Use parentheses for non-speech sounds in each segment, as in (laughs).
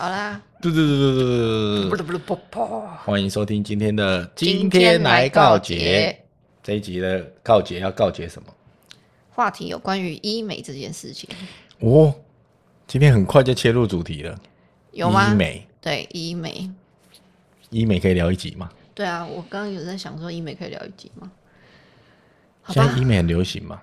对对对对对对对不是对。不是不不，欢迎收听今天的今天来告捷。这一集的告捷要告捷什么？话题有关于医美这件事情，哦，今天很快就切入主题了。有吗？医美，对医美，医美可以聊一集吗？对啊，我刚刚有在想说医美可以聊一集吗？好现吧，在医美很流行嘛？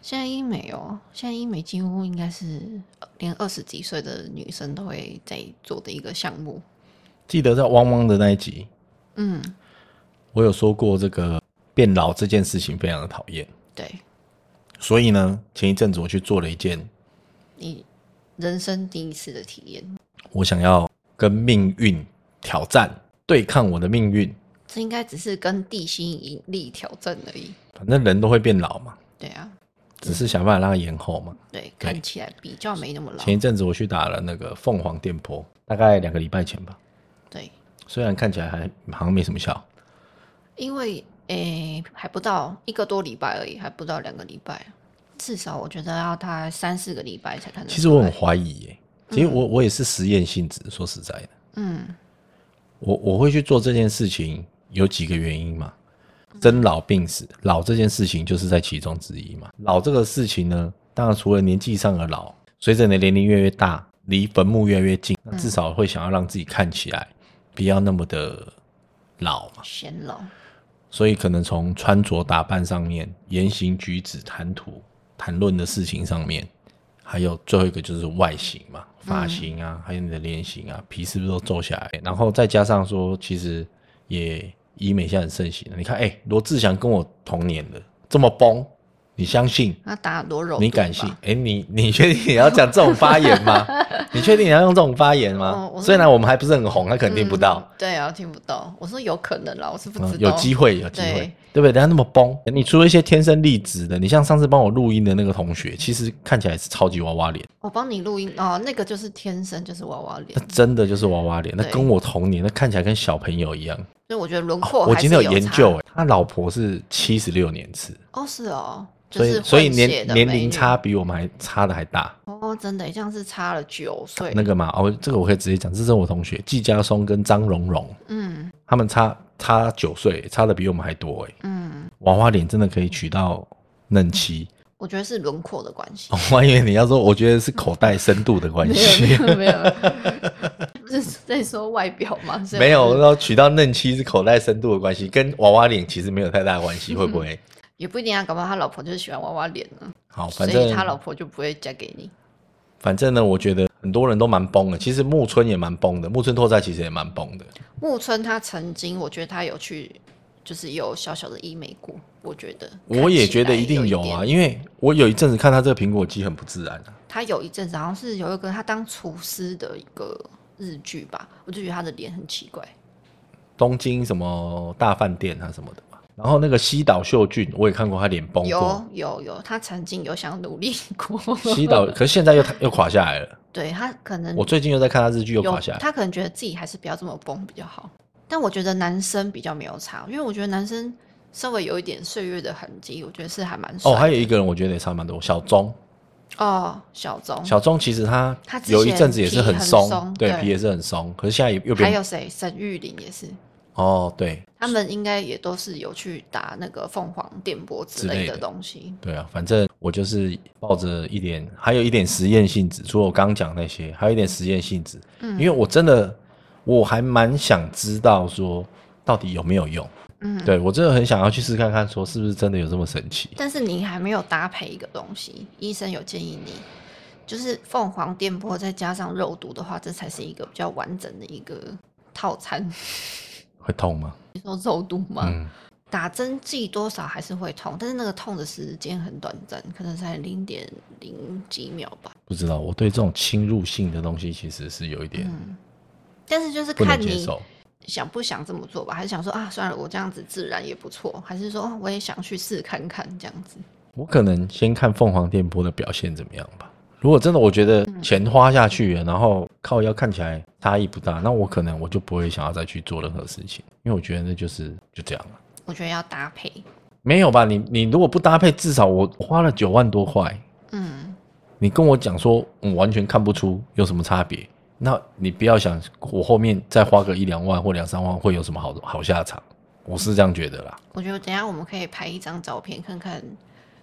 现在医美哦，现在医美几乎应该是呃连二十几岁的女生都会在做的一个项目。记得在汪汪的那一集，嗯，我有说过这个变老这件事情非常的讨厌，对所以呢，前一阵子我去做了一件你人生第一次的体验，我想要跟命运挑战，对抗我的命运。这应该只是跟地心引力挑战而已。反正人都会变老嘛，对啊，只是想办法让它延后嘛。对，看起来比较没那么老。前一阵子我去打了那个凤凰电波，大概两个礼拜前吧。对，虽然看起来还好像没什么效，因为诶、还不到一个多礼拜而已，还不到两个礼拜，至少我觉得要他三四个礼拜才看得出来。其实我很怀疑耶、其实我我也是实验性质，说实在的，嗯，我我会去做这件事情有几个原因嘛。生老病死，老这件事情就是在其中之一嘛。老这个事情呢，当然除了年纪上的老，随着你的年龄越来越大，离坟墓越来越近，那至少会想要让自己看起来不要那么的老嘛。显老，所以可能从穿着打扮上面、言行举止、谈吐、谈论的事情上面，还有最后一个就是外形嘛，发型嗯啊，还有你的脸型啊，皮是不是都皱下来？然后再加上说，其实也医美现在很盛行的。你看，哎、罗志祥跟我同年的，这么崩，你相信？那打很多肉，你敢信？？哎、你你确定你要讲这种发言 (laughs) 吗？你确定你要用这种发言吗哦？我是虽然我们还不是很红，他肯定不到。嗯对啊，听不到。我说有可能啦，我是不知道。嗯，有机会，有机会，对对不对？人家那么崩，你除了一些天生丽质的，你像上次帮我录音的那个同学，其实看起来是超级娃娃脸，我帮你录音哦，那个就是天生就是娃娃脸那，真的就是娃娃脸，那对跟我同年，那看起来跟小朋友一样。哦所以我觉得轮廓我还今是天有有研差究，哎，他老婆是七十六年次，哦，是哦，就所以是所以混血年的年美龄女差比我们还差的还大。哦，真的这样是差了九岁。那个嘛，哦，这个我可以直接讲，这是我同学季家松跟张荣荣，嗯他们差差九岁，差的比我们还多哎。嗯，娃娃脸真的可以娶到嫩妻。我觉得是轮廓的关系。 (laughs) 我还以为你要说，我觉得是口袋深度的关没系，有没有，没有 (laughs) 不是在说外表吗？所 (laughs) 以没有，我我就，要娶到嫩妻是口袋深度的关系，跟娃娃脸其实没有太大关系，会不会？也不一定啊，搞不好他老婆就是喜欢娃娃脸呢、好，所反以他正老婆就不会嫁给你。反正呢，我觉得很多人都蛮崩的，其实木村也蛮崩的，木村拓哉其实也蛮崩的，木村他曾经，我觉得他有去，就是有小小的医美过，我觉得。我也觉得看一起来定有有啊，点。因为我有一阵子看他这个苹果肌很不自然啊，他有一阵子好像是有一个他当厨师的一个日剧吧，我就觉得他的脸很奇怪。东京什么大饭店啊什么的嘛，然后那个西岛秀俊我也看过他脸崩过有，有有，他曾经有想努力过，西岛可是现在又又垮下 (laughs) 来了，对他可能我最近又在看他日剧又垮下来了。他可能觉得自己还是不要这么崩比较好。但我觉得男生比较没有差，因为我觉得男生稍微有一点岁月的痕迹，我觉得是还蛮帅哦，还的有一个人我觉得也差蛮多，小钟。哦，小钟，小钟其实他他之前有一阵子也是皮很松松，对，对皮也是很松，可是现在也又还变有谁？沈玉琳也是，哦，对他们应该也都是有去打那个凤凰电波之类之类的的东西。对啊，反正我就是抱着一点，还有一点实验性质，除了我刚讲那些，还有一点实验性质，嗯因为我真的我还蛮想知道说到底有没有用，嗯，对我真的很想要去试看看，说是不是真的有这么神奇。但是你还没有搭配一个东西，医生有建议你，就是凤凰电波再加上肉毒的话，这才是一个比较完整的一个套餐。会痛吗？你说肉毒吗？嗯，打针剂多少还是会痛，但是那个痛的时间很短暂，可能才零点零几秒吧。不知道，我对这种侵入性的东西其实是有一点但是就是不能嗯看接你受。想不想这么做吧，还是想说啊，算了，我这样子自然也不错，还是说、哦我也想去试看看这样子。我可能先看凤凰电波的表现怎么样吧。如果真的我觉得钱花下去了，然后靠腰看起来差异不大，那我可能我就不会想要再去做任何事情，因为我觉得那就是就这样了。我觉得要搭配，没有吧？你你如果不搭配，至少我花了九万多块，嗯，嗯你跟我讲说我完全看不出有什么差别，那你不要想我后面再花个一两万或两三万会有什么好好下场，我是这样觉得啦。我觉得等一下我们可以拍一张照片，看看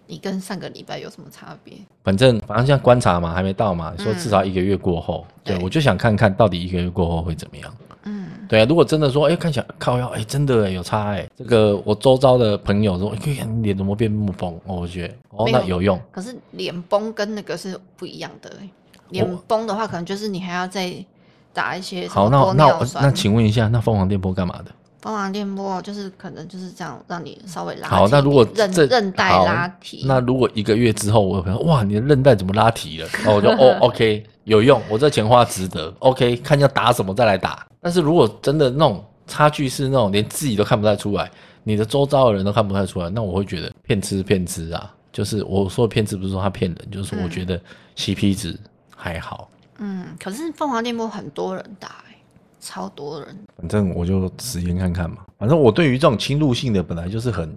你跟上个礼拜有什么差别。反正反正现在观察嘛，还没到嘛，说至少一个月过后，对嗯对我就想看看到底一个月过后会怎么样。嗯，对啊，如果真的说，哎、看起来靠腰，哎、真的、哎有差哎、这个我周遭的朋友说，哎、你脸怎么变那么崩？哦，我觉得哦，没有那有用。可是脸崩跟那个是不一样的欸、脸崩的话，可能就是你还要再打一些什好，么那玻我那尿我那酸。啊请问一下，那凤凰电波干嘛的？蜂王电波就是可能就是这样让你稍微拉提一点。好，那如果韧这韧带好拉提，那如果一个月之后，我有朋友哇，你的韧带怎么拉提了？哦，我就 (laughs) 哦，OK，有用，我这钱花值得。OK，看要打什么再来打。但是如果真的那种差距是那种连自己都看不太出来，你的周遭的人都看不太出来，那我会觉得骗吃骗吃啊。就是我说的骗吃，不是说他骗人，就是说我觉得 CP 值还好。嗯，可是凤凰电波很多人打、欸，超多人。反正我就实验看看嘛。反正我对于这种侵入性的本来就是很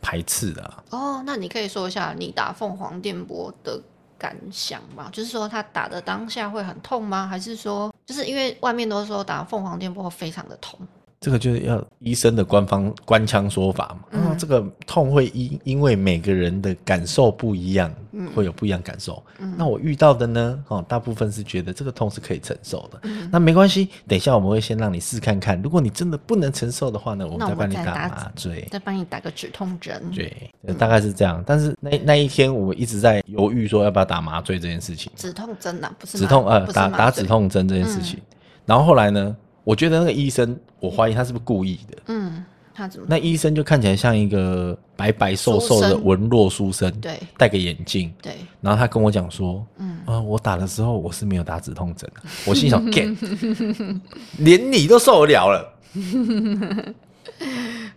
排斥的、啊。哦，那你可以说一下你打凤凰电波的感想吗？就是说他打的当下会很痛吗？还是说，就是因为外面都说打凤凰电波非常的痛，这个就是要医生的官方官腔说法嘛，嗯啊，这个痛会因因为每个人的感受不一样，嗯会有不一样感受。那我遇到的呢，哦，大部分是觉得这个痛是可以承受的。嗯那没关系，等一下我们会先让你试看看，如果你真的不能承受的话呢，我那们我再帮们你再打打麻醉。再帮你打个止痛针。对，呃大概是这样。但是那那一天我一直在犹豫说要不要打麻醉这件事情。止痛针啊，不是止麻痛呃不是打麻打醉嗯止，痛针这件事情。然后后来呢，我觉得那个医生，我怀疑他是不是故意的。嗯，他怎么那医生就看起来像一个白白瘦瘦的书生文弱书生，对戴个眼镜。对，然后他跟我讲说，嗯嗯、我打的时候我是没有打止痛针 (laughs) 的，我心想 get，连你都受得了了，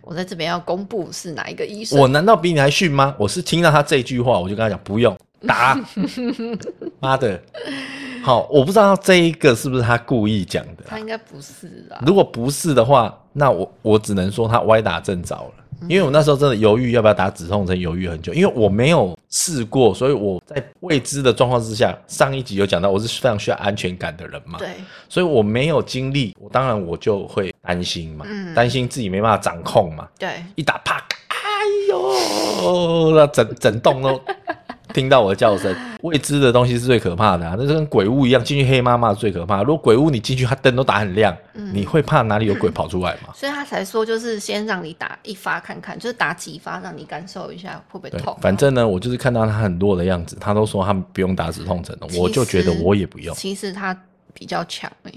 我在这边要公布是哪一个医生，我难道比你还逊吗？我是听到他这句话，我就跟他讲不 (laughs) 用打，妈的，好，我不知道这一个是不是他故意讲的啊，他应该不是啊。如果不是的话，那我我只能说他歪打正着了。因为我那时候真的犹豫要不要打止痛针，犹豫很久，因为我没有试过，所以我在未知的状况之下，上一集有讲到我是非常需要安全感的人嘛，对，所以我没有经历，我当然我就会担心嘛，嗯担心自己没办法掌控嘛，对，一打啪，哎呦，那整整栋都听到我的叫声。未知的东西是最可怕的、啊，那就跟鬼屋一样，进去黑麻麻的最可怕。如果鬼屋你进去，它灯都打很亮，你会怕哪里有鬼跑出来 (laughs) 吗？所以他才说就是先让你打一发看看，就是打几发让你感受一下会不会对痛啊。，反正呢，我就是看到他很弱的样子，他都说他不用打止痛针的其，实 (laughs) 我就觉得我也不用。其实他比较强哎、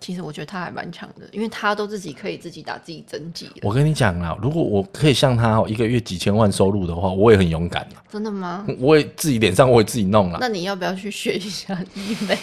其实我觉得他还蛮强的，因为他都自己可以自己打自己针剂了。我跟你讲啦，如果我可以像他、哦、一个月几千万收入的话，我也很勇敢啊真的吗？我也自己脸上我也自己弄啊了，那你要不要去学一下医 (laughs) 美？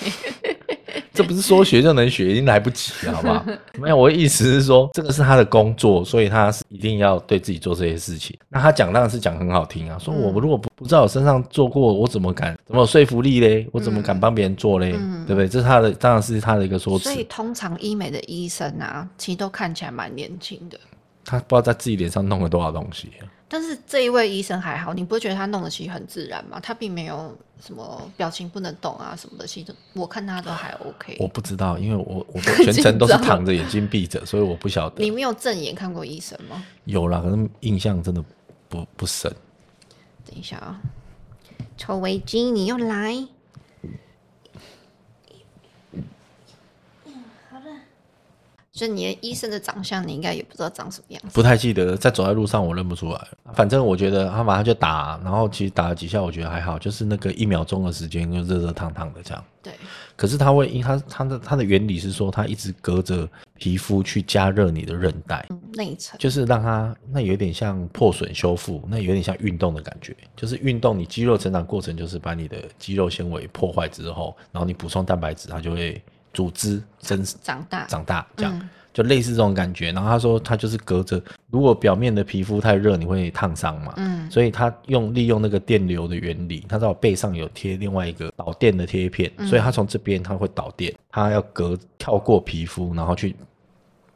这不是说学就能学，已经来不及了，好不 (laughs) 好？没有，我的意思是说，这个是他的工作，所以他是一定要对自己做这些事情。那他讲当然是讲很好听啊，说嗯我如果不不知道我身上做过，我怎么敢，怎么有说服力嘞？我怎么敢帮别人做嘞？对不对？这是他的，当然是他的一个说辞嗯所。以通常医美的医生啊，其实都看起来蛮年轻的。他不知道在自己脸上弄了多少东西啊、但是这一位医生还好，你不会觉得他弄的其实很自然吗？他并没有什么表情不能动啊什么的，其实我看他都还 OK。我不知道，因为我我都全 (laughs) 程都是躺着眼睛闭着，所以我不晓得你。没有正眼看过医生吗？有啦，可能印象真的不不深。等一下啊、臭围巾，你又来。嗯，好了。所以你的医生的长相，你应该也不知道长什么样子。不太记得了，在走在路上我认不出来了。反正我觉得他马上就打，然后其实打了几下，我觉得还好，就是那个一秒钟的时间就热热烫烫的这样。对，可是它会因它它的它的原理是说，它一直隔着皮肤去加热你的韧带，嗯，内层。就是让它那有点像破损修复，那有点像运动的感觉。就是运动你肌肉成长过程，就是把你的肌肉纤维破坏之后，然后你补充蛋白质，它就会组织增长大。长大，这嗯样、就类似这种感觉。然后他说，他就是隔着，如果表面的皮肤太热，你会烫伤嘛，嗯所以他用利用那个电流的原理，他在我背上有贴另外一个导电的嗯贴片，所以他从这边他会导电，他要隔跳过皮肤，然后去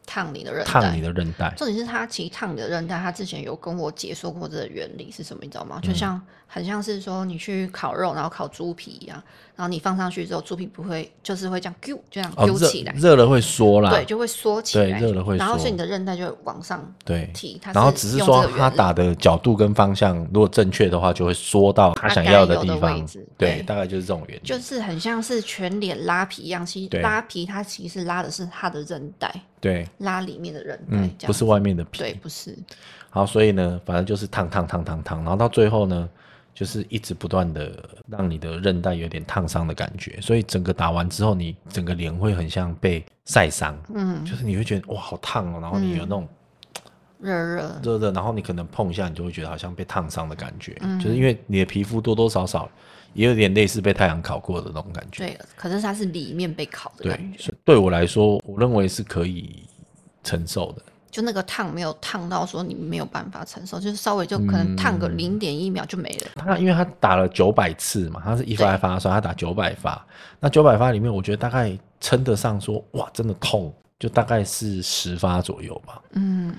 烫你的韧烫带你。的韧带，重点是他其实烫你的韧带，他之前有跟我解说过这个原理是什么，你知嗯道吗？就像、很像是说你去烤肉，然后烤猪皮一样，然后你放上去之后，猪皮不会就是会这样揪，就这样哦，揪热起来，热了会缩啦，对，就会缩起来，对热了会然后所缩以你的韧带就会往上对提，它然后只是用说这个他原理打的角度跟方向，如果正确的话，就会缩到他想要他该有地的方位置。对，对大概就是这种原理。就是很像是全脸拉皮一样，其实对拉皮它其实拉的是它的韧带，对，拉里面的韧带、嗯，这样不是外面的皮。对，不是，好，所以呢，反正就是烫烫烫烫烫，然后到最后呢，就是一直不断的让你的韧带有点烫伤的感觉，所以整个打完之后，你整个脸会很像被晒伤，嗯，就是你会觉得哇好烫哦，然后你有那种热热，热热，然后你可能碰一下，你就会觉得好像被烫伤的感觉，嗯就是因为你的皮肤多多少少也有点类似被太阳烤过的那种感觉。对，可是它是里面被烤的对感觉，所以对我来说，我认为是可以承受的。就那个烫没有烫到说你没有办法承受，就是稍微就可能烫嗯个零点一秒就没了，他因为他打了九百次嘛，他是一发一发算，他打九百发。那九百发里面，我觉得大概称得上说，哇，真的痛，就大概是十发左右吧。嗯，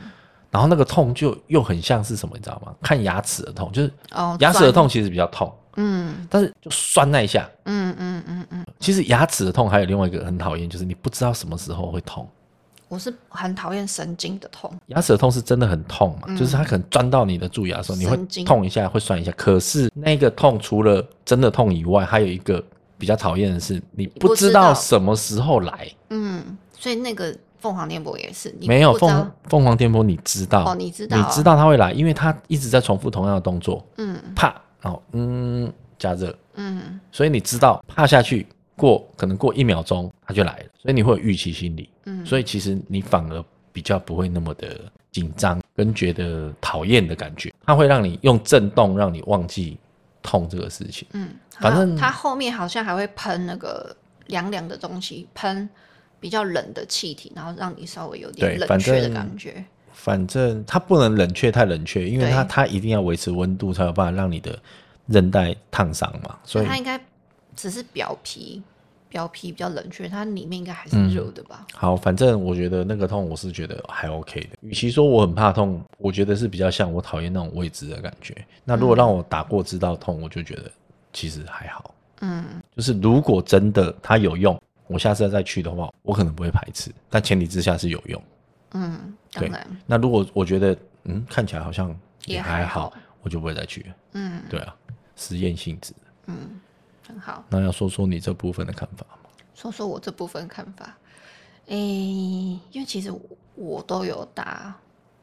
然后那个痛就又很像是什么，你知道吗？看牙齿的痛，就是哦，牙齿酸的，痛其实比较痛，嗯但是就酸那一下。嗯嗯嗯嗯，其实牙齿的痛还有另外一个很讨厌，就是你不知道什么时候会痛。我是很讨厌神经的痛，牙齿的痛是真的很痛嘛，就是它可能钻到你的蛀牙的时候，你会嗯神经痛一下，会酸一下。可是那个痛除了真的痛以外，还有一个比较讨厌的是，你不知道什么时候来。嗯，所以那个凤凰电波也是，你没有不知道凤凤凰颠簸，你知道，哦，你知道、啊，你知，道它会来，因为它一直在重复同样的动作，嗯啪，然后嗯加热，嗯所以你知道趴下去过可能过一秒钟它就来了，所以你会有预期心理，嗯，所以其实你反而比较不会那么的紧张跟觉得讨厌的感觉，它会让你用震动让你忘记痛这个事情。嗯，反它正它后面好像还会喷那个凉凉的东西，喷比较冷的气体，然后让你稍微有点对冷反却的正感觉。反正它不能冷却太冷却，因为对它它一定要维持温度才有办法让你的韧带烫伤嘛，所以它应该只是表皮，表皮比较冷却，它里面应该还嗯是热的吧？好，反正我觉得那个痛我是觉得还 OK 的。与其说我很怕痛，我觉得是比较像我讨厌那种未知的感觉。那如果让我打过知道痛，我就觉得其实还好。嗯，就是如果真的它有用，我下次再去的话，我可能不会排斥，但前提之下是有用。嗯，当对然，那如果我觉得嗯看起来好像也也还还好，好我就不会再去了。嗯对啊，实验性质。嗯，很好。那要说说你这部分的看法吗？说说我这部分看法。诶、因为其实我我都有打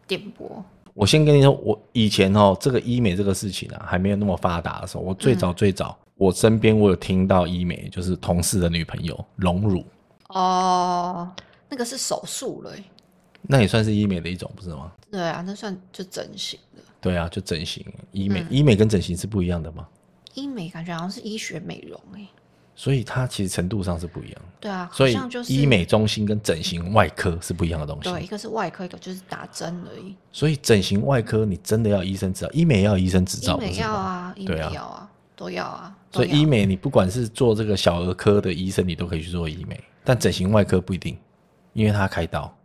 电波，我先跟你说，我以前哦，这个医美这个事情啊，还没有那么发达的时候，我最早最早，我身边我有听到医美，就是同事的女朋友隆乳，哦，那个是手术了欸、那也算是医美的一种，不是吗？对啊，那算就整形了。对啊，就整形医嗯美，医美跟整形是不一样的嘛，医美感觉好像是医学美容哎、所以它其实程度上是不一样的。对啊，所好以像就是医美中心跟整形外科是不一样的东西。对，一个是外科，一个就是打针而已。所以整形外科你真的要医生执照，医美也要医生执医照，不美是要吗？啊，医美对啊要啊，都要啊。都所以医要美，你不管是做这个小儿科的医生，你都可以去做医美，但整形外科不一定，因为他开刀。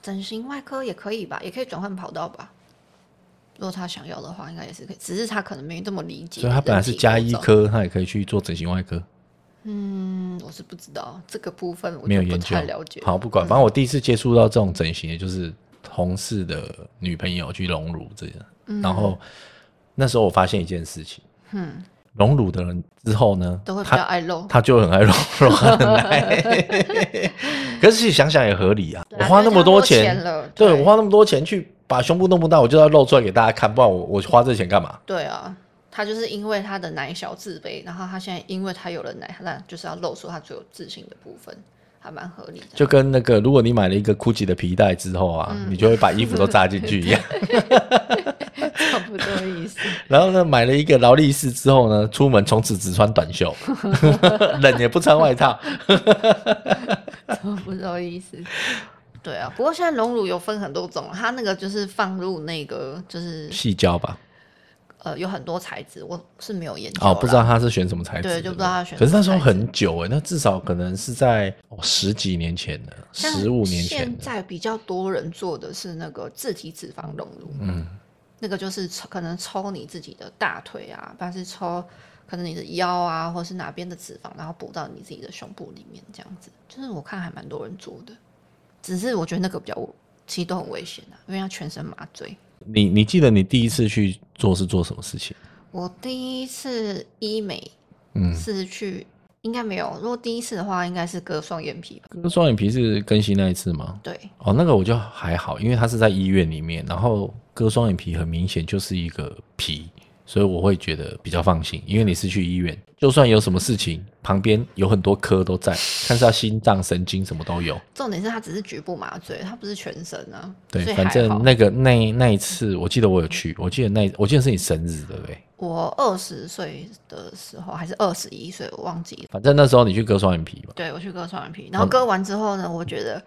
整形外科也可以吧，也可以转换跑道吧。如果他想要的话，应该也是可以，只是他可能没这么理解。所以他本来是加医，科，他也可以去做整形外科，嗯，我是不知道这个部分，我没有就不研究太了解。嗯好，不管，反正我第一次接触到这种整形，也就是同事的女朋友去隆乳这样。然后那时候我发现一件事情，嗯，隆乳的人之后呢，都会比较他爱露。他就很爱 (laughs) 隆 (laughs) 乳，很爱。 (laughs) 可是想想也合理啊，对我啊花因为那么他多花钱钱，了对对我花那么多钱去把胸部弄不大，我就要露出来给大家看，不然我我花这钱干嘛？对啊，他就是因为他的奶小自卑，然后他现在因为他有了奶，那就是要露出他最有自信的部分，还蛮合理的。就跟那个，如果你买了一个 GUCCI 的皮带之后啊，你就会把衣服都扎进去 (laughs) 一样。差不多 (laughs) 意思。然后呢，买了一个劳力士之后呢，出门从此只穿短 (laughs) 袖，冷也不穿外套。我不知道意思。对啊，不过现在隆乳有分很多种啊，它那个就是放入那个就是细胶吧，呃有很多材质，我是没有研究哦，不知啦道他是选什么材质，对就不知道他选可是那时候什么材质很久哎，那至少可能是在哦十几年前的，像十五年前的，现在比较多人做的是那个自体脂肪溶乳，嗯，那个就是抽可能抽你自己的大腿啊，但是抽可能你的腰啊，或是哪边的脂肪，然后补到你自己的胸部里面，这样子。就是我看还蛮多人做的，只是我觉得那个比较其实都很危险啊，因为要全身麻醉。你你记得你第一次去做是做什么事情？我第一次医美嗯，是去，应该没有。如果第一次的话，应该是割双眼皮吧？割双眼皮是更新那一次吗？对，哦，那个我就还好，因为它是在医院里面，然后割双眼皮很明显就是一个皮，所以我会觉得比较放心，因为你是去医院，就算有什么事情，旁边有很多科都在，看是要心脏、神经什么都有。重点是它只是局部麻醉，它不是全身啊。对所，以反还好正那个那那一次，我记得我有去，我记得那我记得是你生日对不对？我二十岁的时候还是二十一岁，我忘记了。反正那时候你去割双眼皮嘛，对我去割双眼皮，然后哦割完之后呢，我觉得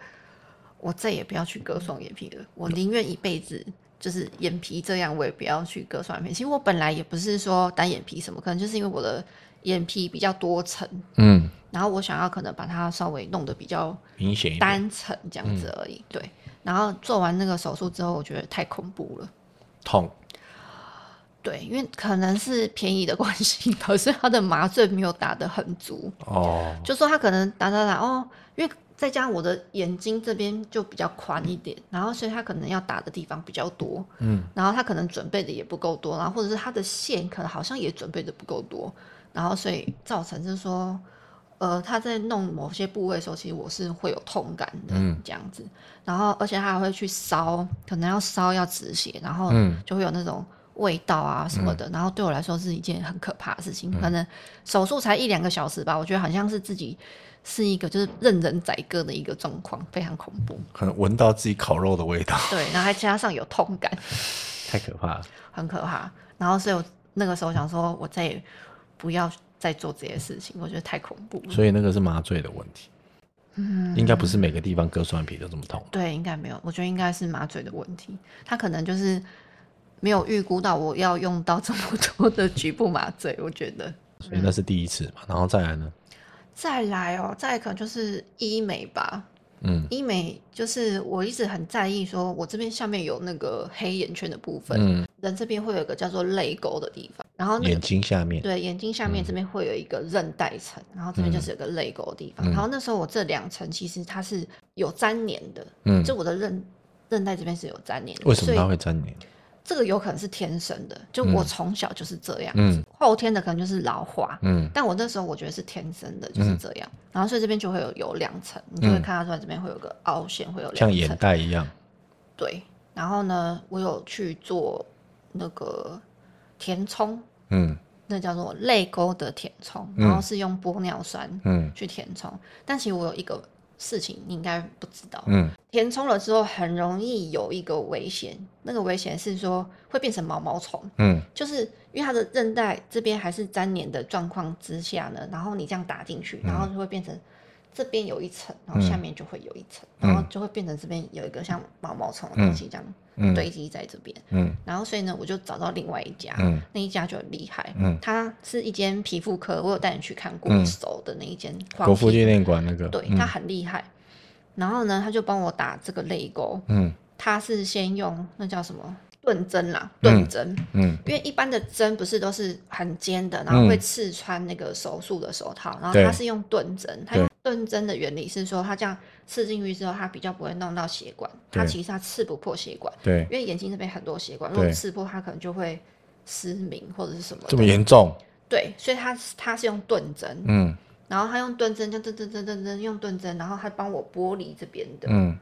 我再也不要去割双眼皮了，我宁愿一辈子就是眼皮这样，我也不要去割双眼皮。其实我本来也不是说单眼皮什么，可能就是因为我的眼皮比较多层，嗯，然后我想要可能把它稍微弄得比较明显一点。单层这样子而已。对，然后做完那个手术之后，我觉得太恐怖了。痛，对，因为可能是便宜的关系 (laughs) 吧，所以他的麻醉没有打得很足，哦，就说他可能打打打哦，因为再加上我的眼睛这边就比较宽一点，然后所以他可能要打的地方比较多，嗯，然后他可能准备的也不够多，然后或者是他的线可能好像也准备的不够多，然后所以造成就是说，呃，他在弄某些部位的时候，其实我是会有痛感的，嗯这样子，然后而且他还会去烧，可能要烧要止血，然后嗯就会有那种。味道啊什么的，然后对我来说是一件很可怕的事情。可能手术才一两个小时吧，我觉得好像是自己是一个就是任人宰割的一个状况，非常恐怖。可能闻到自己烤肉的味道，对，然后还加上有痛感，太可怕了。很可怕。然后所以我那个时候想说，我再也不要再做这些事情，我觉得太恐怖了。所以那个是麻醉的问题，嗯，应该不是每个地方割双眼皮都这么痛。对，应该没有，我觉得应该是麻醉的问题，他可能就是没有预估到我要用到这么多的局部麻醉，我觉得。所以嗯那是第一次嘛，然后再来呢，再来哦，再来可能就是医美吧。嗯医美就是我一直很在意，说我这边下面有那个黑眼圈的部分，嗯，人这边会有一个叫做泪沟的地方，然后那眼个睛嗯下面，对眼睛下面这边会有一个韧带层，然后这嗯边就是有个泪沟的地方。然后那时候我这两层其实它是有粘连的，嗯，就我的韧韧带这边是有粘连的，为什么所以它会粘黏？这个有可能是天生的，就我从小就是这样，嗯后天的可能就是老化，嗯但我那时候我觉得是天生的，就是这样。然后所以这边就会有有两层，你就会嗯看得出来这边会有个凹陷，会有像两眼层。袋一样，对，然后呢，我有去做那个填充，嗯那叫做泪沟的填充，嗯然后是用玻尿酸嗯去填充。但其实我有一个事情你应该不知道，嗯，填充了之后很容易有一个危险，那个危险是说会变成毛毛虫。嗯就是因为它的韧带这边还是粘连的状况之下呢，然后你这样打进去，然后嗯就会变成这边有一层，然后下面就会有一层，然后就会变成这边有一个像毛毛虫的东西这样嗯堆积在这边。嗯然后所以呢，我就找到另外一家，嗯那一家就很厉害，嗯它是一间皮肤科，我有带你去看过嗯手的那一间黄国父皮纪念馆那个，对，嗯它很厉害。然后呢，他就帮我打这个泪沟，嗯他是先用那叫什么钝针啦，钝针。嗯因为一般的针不是都是很尖的，然后会刺穿那个手术的手套，然后它是用钝针，它用钝针的原理是说，它这样刺进去之后，它比较不会弄到血管，它对其实它刺不破血管，对因，为眼睛这边很多血管，如果对刺破它可能就会失明或者是什么这么的，严重，对，所以它它是用钝针，嗯然后它用钝针，就针针针针针用钝针，然后还帮我剥离这边的，嗯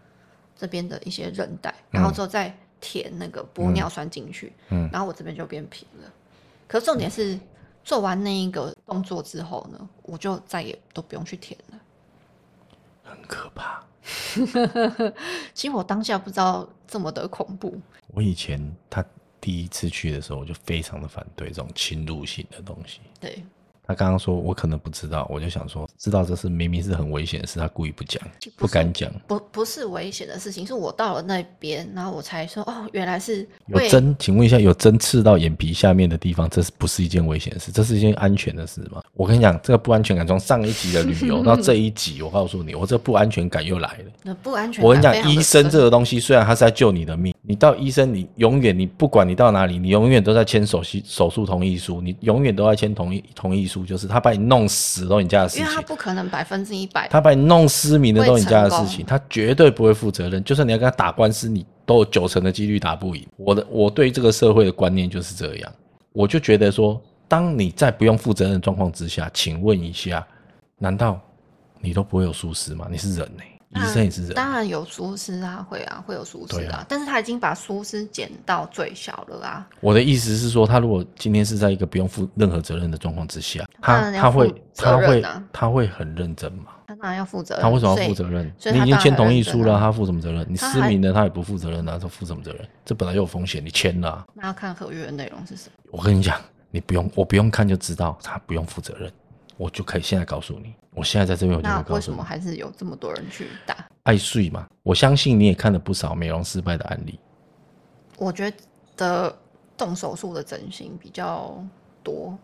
这边的一些韧带，然后之后再填那个玻尿酸进去，嗯然后我这边就变平了。可是重点是，做完那一个动作之后呢，我就再也都不用去填了。很可怕。其实我当下不知道这么的恐怖，我以前他第一次去的时候，我就非常的反对这种侵入性的东西，对，他刚刚说我可能不知道，我就想说，知道这是明明是很危险的事，他故意不讲，不敢讲，不不是危险的事情，是我到了那边，然后我才说哦，原来是有被针，请问一下，有针刺到眼皮下面的地方，这是不是一件危险的事？这是一件安全的事吗？我跟你讲，这个不安全感从上一集的旅游到这一集，我告诉你，我这不安全感又 (laughs) 来了。那不安全感。我跟你讲非，常地医生深这个东西虽然他是在救你的命，你到医生，你永远你不管你到哪里，你永远都在签手术手术同意书，你永远都在签同意同意书，就是他把你弄死都你家的事因为他情。不可能百分之一百，他把你弄失明的都是你家的事会成情，他绝对不会负责任。就算你要跟他打官司，你都有九成的几率打不赢。我的我对这个社会的观念就是这样，我就觉得说，当你在不用负责任的状况之下，请问一下，难道你都不会有疏失吗？你是人呢、当然医生也是人，当然有疏失啊，会啊，会有疏失对啊啊但是他已经把疏失减到最小了啊。我的意思是说，他如果今天是在一个不用负任何责任的状况之下，当他然要他负会他责会任啊他会很认真吗？他当然要负责任，他为什么要所以负责任？呃所以你他已经当然签同很意认书真了，啊他负什么责任？你他失还明了，他也不负责任啊，他负什么责任？这本来就有风险，你签了啊、那要看合约的内容是什么。我跟你讲，你不用，我不用看就知道他不用负责任，我就可以现在告诉你，我现在在这边我就那会告为诉什你么，还是有这么多人去打？爱睡嘛，我相信你也看了不少美容失败的案例，我觉得动手术的整形比较多，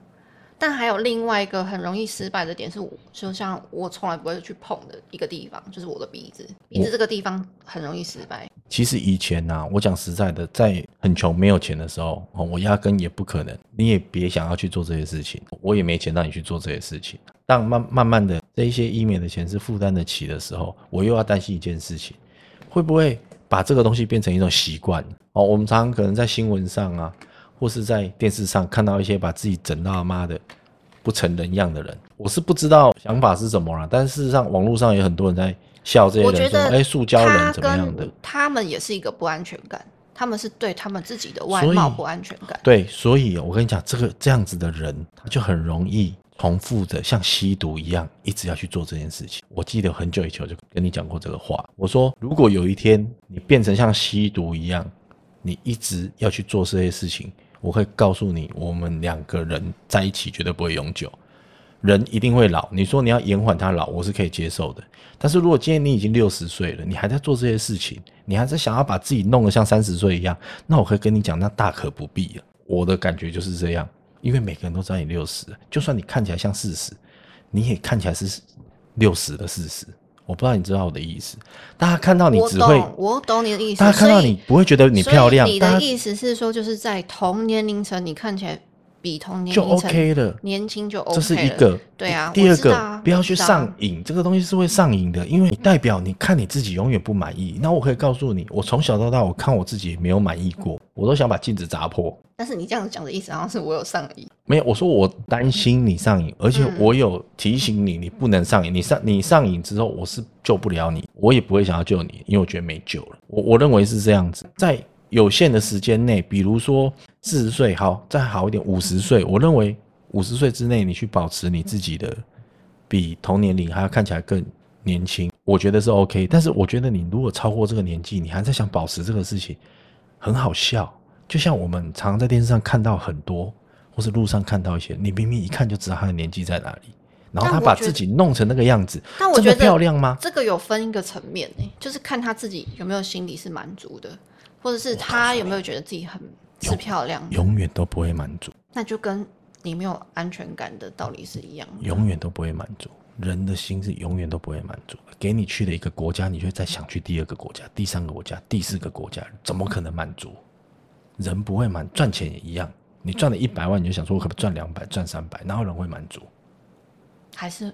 但还有另外一个很容易失败的点是我，就像我从来不会去碰的一个地方，就是我的鼻子，鼻子这个地方很容易失败。其实以前呐、我讲实在的，在很穷没有钱的时候，哦，我压根也不可能，你也别想要去做这些事情，我也没钱让你去做这些事情。但慢慢慢的，这一些医美的钱是负担得起的时候，我又要担心一件事情，会不会把这个东西变成一种习惯？哦，我们常常可能在新闻上啊，或是在电视上看到一些把自己整到妈的不成人样的人，我是不知道想法是什么啦，但事实上网络上有很多人在笑这些我人觉说，得哎、塑胶他人怎么样的跟。他们也是一个不安全感，他们是对他们自己的外所以貌不安全感。对，所以哦我跟你讲，这个这样子的人，他就很容易重复的像吸毒一样，一直要去做这件事情。我记得很久以前我就跟你讲过这个话，我说如果有一天你变成像吸毒一样，你一直要去做这些事情，我会告诉你，我们两个人在一起绝对不会永久。人一定会老，你说你要延缓他老，我是可以接受的。但是如果今天你已经六十岁了，你还在做这些事情，你还在想要把自己弄得像三十岁一样，那我可以跟你讲，那大可不必了。我的感觉就是这样，因为每个人都知道你六十，就算你看起来像四十，你也看起来是六十的四十。我不知道你知道我的意思，大家看到你我只会，懂，我懂你的意思。大家看到所以你不会觉得你所漂以亮，你大的家意思是说，就是在同年龄层，你看起来比同年就龄层 OK 了。年轻就 OK 这了。是一个，对啊第第二我知个，道啊不要我去知道啊上瘾，这个东西是会上瘾的，因为你代表你看你自己永远不满意。那我可以告诉你，我从小到大，我看我自己也没有满意过，我都想把镜子砸破。但是你这样讲的意思好像是我有上瘾，没有，我说我担心你上瘾，而且嗯我有提醒你，你不能上瘾。你上你上瘾之后，我是救不了你，我也不会想要救你，因为我觉得没救了。我我认为是这样子，在有限的时间内，比如说四十岁，好，再好一点，五十岁，我认为五十岁之内，你去保持你自己的比同年龄还要看起来更年轻，我觉得是 OK。但是我觉得你如果超过这个年纪，你还在想保持这个事情，很好笑。就像我们常在电视上看到很多，或是路上看到一些，你明明一看就知道他的年纪在哪里，然后但他我把觉得自己弄成那个样子，但我真觉的得漂亮吗？这个有分一个层面呢、就是看他自己有没有心理是满足的，或者是他有没有觉得自己很是漂亮的，永远都不会满足，那就跟你没有安全感的道理是一样的。永远都不会满足。人的心是永远都不会满足的。给你去了一个国家，你就会再想去第二个国家、第三个国家、第四个国家，怎么可能满足？人不会满，赚钱也一样。你赚了一百万，你就想说，我可不可以赚两百、赚三百？哪有人会满足？还是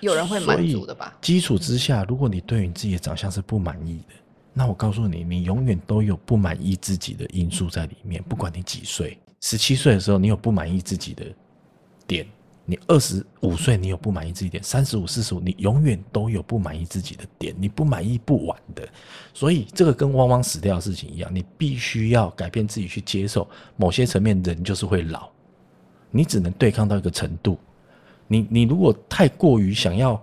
有人会满足的吧？基础之下，如果你对你自己的长相是不满意的，那我告诉你，你永远都有不满意自己的因素在里面。不管你几岁，十七岁的时候你有不满意自己的点，你二十五岁你有不满意自己的点，三十五、四十五，你永远都有不满意自己的点，你不满意不晚的。所以这个跟汪汪死掉的事情一样，你必须要改变自己去接受某些层面，人就是会老，你只能对抗到一个程度。你你如果太过于想要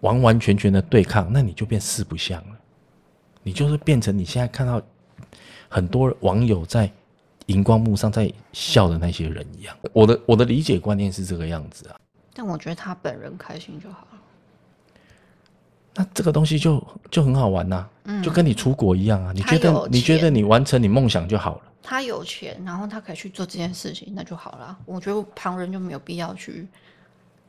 完完全全的对抗，那你就变四不像了，你就是变成你现在看到很多网友在荧光幕上在笑的那些人一样。我的我的理解观念是这个样子啊，但我觉得他本人开心就好了。那这个东西就就很好玩呐、啊就跟你出国一样啊。你觉他嗯有得你觉钱得你完成你梦想就好了，他有钱，然后他可以去做这件事情，那就好了。我觉得旁人就没有必要去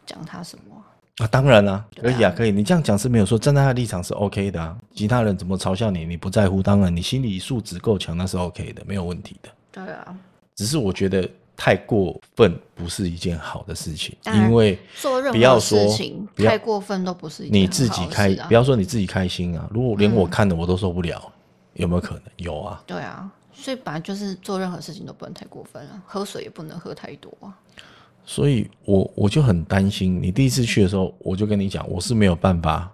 讲他什么啊。啊，当然啦、可啊以啊，可以。你这样讲是没有说站在他的立场是 OK 的啊。其他人怎么嘲笑你，你不在乎，当然你心理素质够强，那是 OK 的，没有问题的。对啊，只是我觉得太过分不是一件好的事情，当然因为做任不要何说事情不要太过分都不是一件你自己很好的开，事啊嗯不要说你自己开心啊，如果连我看的我都受不了，有没有可能？有啊，对啊，所以本来就是做任何事情都不能太过分啊，喝水也不能喝太多啊。所以我我就很担心。你第一次去的时候，我就跟你讲，我是没有办法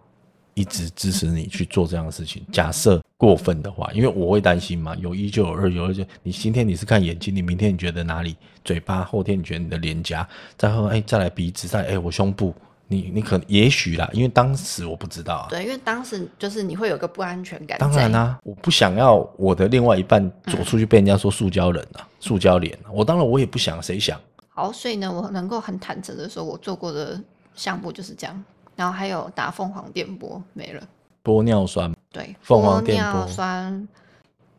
一直支持你去做这样的事情。假设过分的话，因为我会担心嘛，有一就有二，有二就你今天你是看眼睛，你明天你觉得哪里嘴巴，后天你觉得你的脸颊，再后哎再来鼻子，再来哎我胸部，你你可能也许啦，因为当时我不知道啊。对，因为当时就是你会有个不安全感在。当然啊啦、我不想要我的另外一半走出去被人家说塑胶人啊、塑胶脸啊。我当然我也不想，谁想？好，所以呢，我能够很坦诚的说，我做过的项目就是这样。然后还有打凤凰电波没了，玻尿酸对，凤凰电玻波尿酸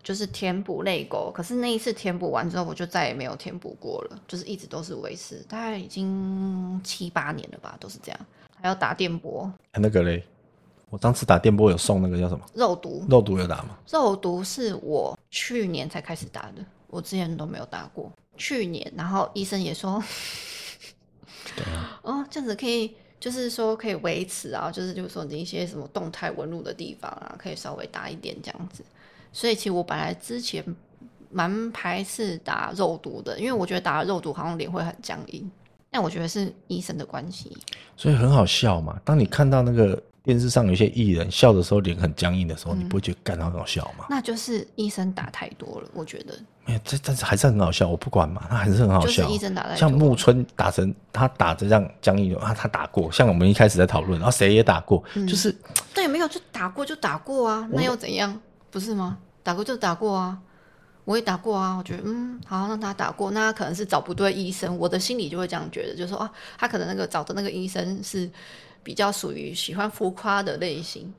就是填补泪沟，可是那一次填补完之后，我就再也没有填补过了，就是一直都是维持，大概已经七八年了吧，都是这样。还要打电波，啊那个嘞，我上次打电波有送那个叫什么肉毒，肉毒有打吗？肉毒是我去年才开始打的，我之前都没有打过。去年，然后医生也说，啊 (laughs) 哦，这样子可以，就是说可以维持啊，就是就是说你一些什么动态纹路的地方啊，可以稍微打一点这样子。所以其实我本来之前蛮排斥打肉毒的，因为我觉得打了肉毒好像脸会很僵硬。但我觉得是医生的关系，所以很好笑嘛。当你看到那个电视上有些艺人笑的时候，脸很僵硬的时候，嗯你不会觉得干好搞笑吗？那就是医生打太多了，我觉得没有，这但是还是很好笑，我不管嘛，他还是很好就是笑。医生打太多。像木村打成他打着这样僵硬的啊，他打过。像我们一开始在讨论，然后谁也打过，嗯就是对，没有就打过就打过啊，那又怎样？不是吗？打过就打过啊，我也打过啊。我觉得嗯，好，让他打过，那他可能是找不对医生，我的心里就会这样觉得，就说啊，他可能那个找的那个医生是比较属于喜欢浮夸的类型，